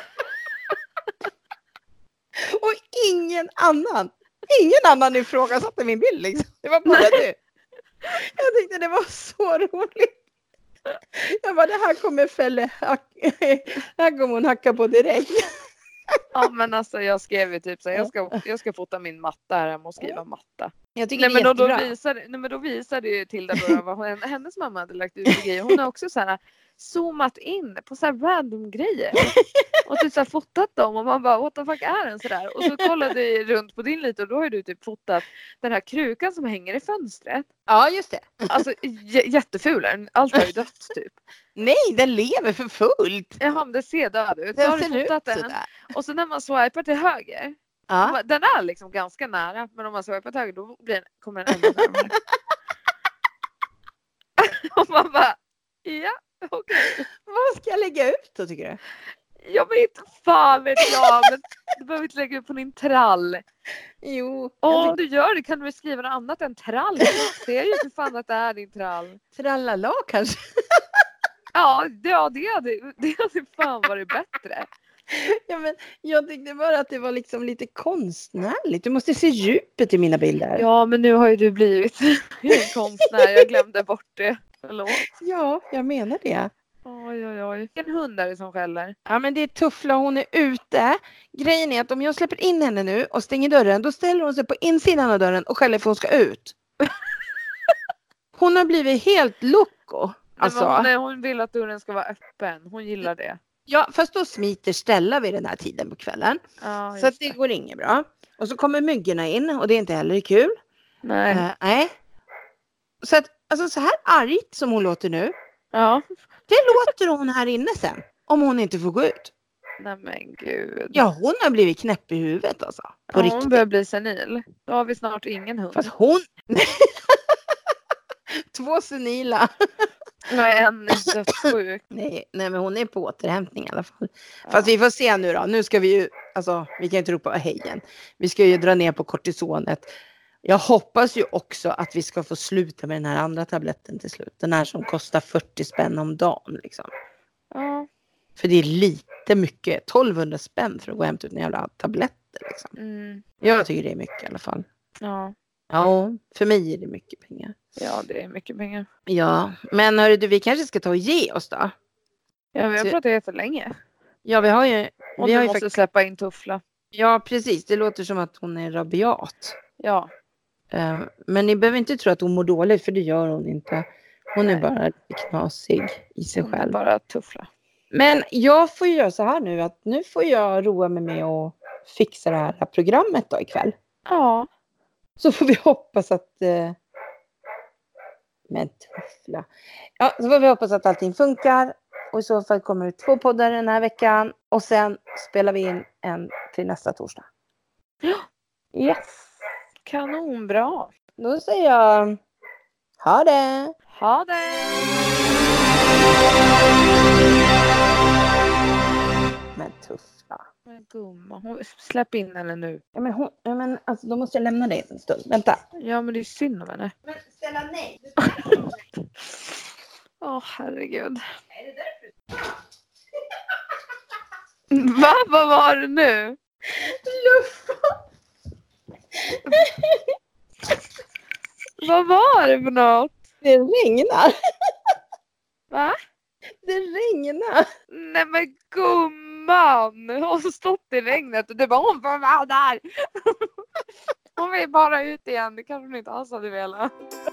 [SPEAKER 1] [laughs] Och ingen annan, ingen annan ifrågasatte min bild liksom. Det var bara du. Jag tyckte det var så roligt. [laughs] Jag bara, det här kommer Felle hack- det här kommer hon hacka på direkt.
[SPEAKER 2] Ja men alltså jag skrev ju typ så här, jag ska, jag ska fota min matta här hemma och skriva matta.
[SPEAKER 1] Jag tycker
[SPEAKER 2] Nej men,
[SPEAKER 1] det
[SPEAKER 2] då,
[SPEAKER 1] är
[SPEAKER 2] då
[SPEAKER 1] jättebra.
[SPEAKER 2] visade, nej men då visade ju Tilda Börjar vad hon, [laughs] hennes mamma hade lagt ut för grejer. Hon har också så här zoomat in på så här random grejer. Och typ så här fotat dem och man bara what the fuck är den sådär? Och så kollade jag runt på din lite och då har ju du typ fotat den här krukan som hänger i fönstret.
[SPEAKER 1] Ja, just det.
[SPEAKER 2] Alltså j- jätteful är den. Allt har ju dött typ.
[SPEAKER 1] Nej, den lever för fullt.
[SPEAKER 2] Jaha men den ser död ut. Så har
[SPEAKER 1] Den
[SPEAKER 2] du
[SPEAKER 1] ser ut
[SPEAKER 2] fotat den.
[SPEAKER 1] sådär.
[SPEAKER 2] Och så när man swipar till höger
[SPEAKER 1] Ja.
[SPEAKER 2] Den är liksom ganska nära men om man swipar till höger då blir den, kommer den ännu närmare. och man bara ja okej.
[SPEAKER 1] Vad ska jag lägga ut då tycker du?
[SPEAKER 2] Ja men inte fan vet jag men du behöver inte lägga upp på din trall.
[SPEAKER 1] Jo,
[SPEAKER 2] Och
[SPEAKER 1] oh.
[SPEAKER 2] om du gör det kan du väl skriva något annat än trall? Jag ser ju för fan att det är din trall.
[SPEAKER 1] trallala kanske. [laughs]
[SPEAKER 2] Ja det, ja, det, hade, det hade fan varit bättre.
[SPEAKER 1] Ja, men jag tyckte bara att det var liksom lite konstnärligt. Du måste se djupet i mina bilder.
[SPEAKER 2] Ja men nu har ju du blivit en konstnär. Jag glömde bort det. Förlåt.
[SPEAKER 1] Ja, jag menar det.
[SPEAKER 2] Oj oj oj. Vilken hund är det som skäller?
[SPEAKER 1] Ja, men det är Tuffla, hon är ute. Grejen är att om jag släpper in henne nu och stänger dörren, då ställer hon sig på insidan av dörren och skäller för hon ska [laughs] ut. Hon har blivit helt loco.
[SPEAKER 2] Nej, men
[SPEAKER 1] Alltså,
[SPEAKER 2] hon, nej, hon vill att dörren ska vara öppen. Hon gillar det.
[SPEAKER 1] ja, fast då smiter Stella vid den här tiden på kvällen.
[SPEAKER 2] Ja,
[SPEAKER 1] så att
[SPEAKER 2] just
[SPEAKER 1] det går inget bra. Och så kommer myggorna in och det är inte heller kul.
[SPEAKER 2] Nej.
[SPEAKER 1] Eh, nej. Så att, alltså så här argt som hon låter nu,
[SPEAKER 2] Ja.
[SPEAKER 1] det låter hon här inne sen. Om hon inte får gå ut.
[SPEAKER 2] Nej men gud.
[SPEAKER 1] Ja, hon har blivit knäpp i huvudet alltså. På
[SPEAKER 2] Ja,
[SPEAKER 1] riktigt.
[SPEAKER 2] hon börjar bli senil. Då har vi snart ingen hund.
[SPEAKER 1] Fast hon... [laughs] Två senila.
[SPEAKER 2] Nej, en är dödssjuk.
[SPEAKER 1] Nej, nej, men hon är på återhämtning i alla fall. [laughs]
[SPEAKER 2] Ja.
[SPEAKER 1] Fast vi får se nu då. Nu ska vi ju, alltså vi kan ju inte ropa hej än. Vi ska ju dra ner på kortisonet. Jag hoppas ju också att vi ska få sluta med den här andra tabletten till slut. Den här som kostar 40 spänn om dagen liksom.
[SPEAKER 2] Ja.
[SPEAKER 1] För det är lite mycket. 1200 spänn för att gå och hämta ut en jävla tabletter liksom.
[SPEAKER 2] Mm.
[SPEAKER 1] Jag tycker det är mycket i alla fall.
[SPEAKER 2] Ja.
[SPEAKER 1] Ja, för mig är det mycket pengar.
[SPEAKER 2] ja, det är mycket pengar.
[SPEAKER 1] Ja, men hörru du, vi kanske ska ta och ge oss då.
[SPEAKER 2] Ja, vi har
[SPEAKER 1] Så-
[SPEAKER 2] pratat jättelänge.
[SPEAKER 1] Ja, vi har ju...
[SPEAKER 2] Och
[SPEAKER 1] Vi
[SPEAKER 2] du
[SPEAKER 1] har ju
[SPEAKER 2] måste
[SPEAKER 1] faktiskt-
[SPEAKER 2] släppa in Tuffla.
[SPEAKER 1] Ja, precis. Det låter som att hon är rabiat.
[SPEAKER 2] Ja.
[SPEAKER 1] Eh, Men ni behöver inte tro att hon mår dåligt, för det gör hon inte. Hon är
[SPEAKER 2] Nej.
[SPEAKER 1] bara lite knasig i sig
[SPEAKER 2] Hon är
[SPEAKER 1] själv.
[SPEAKER 2] bara Tuffla.
[SPEAKER 1] Men jag får ju göra så här nu att nu får jag roa mig med att fixa det här programmet då ikväll.
[SPEAKER 2] Ja.
[SPEAKER 1] Så får vi hoppas att... eh, Men tuffla. Ja, så får vi hoppas att allting funkar. Och i så fall kommer det två poddar den här veckan. Och sen spelar vi in en till nästa torsdag. [gasps] Yes.
[SPEAKER 2] Kanonbra.
[SPEAKER 1] Då säger jag... Ha det!
[SPEAKER 2] Ha det!
[SPEAKER 1] Men tuffla.
[SPEAKER 2] Men gumman, hon- släpp in henne nu.
[SPEAKER 1] Ja, men hon, ja, men alltså, då måste jag lämna dig en stund. Vänta.
[SPEAKER 2] Ja, men det är synd om henne.
[SPEAKER 1] Men ställa nej.
[SPEAKER 2] Åh herregud. Va? Vad var det nu? Vad var det för något?
[SPEAKER 1] Det regnar. [laughs]
[SPEAKER 2] Va?
[SPEAKER 1] Det regnar.
[SPEAKER 2] Nej men gumman! Hon har stått i regnet och du bara hon får vara där. Hon vill bara ut igen. Det kanske hon inte alls hade velat.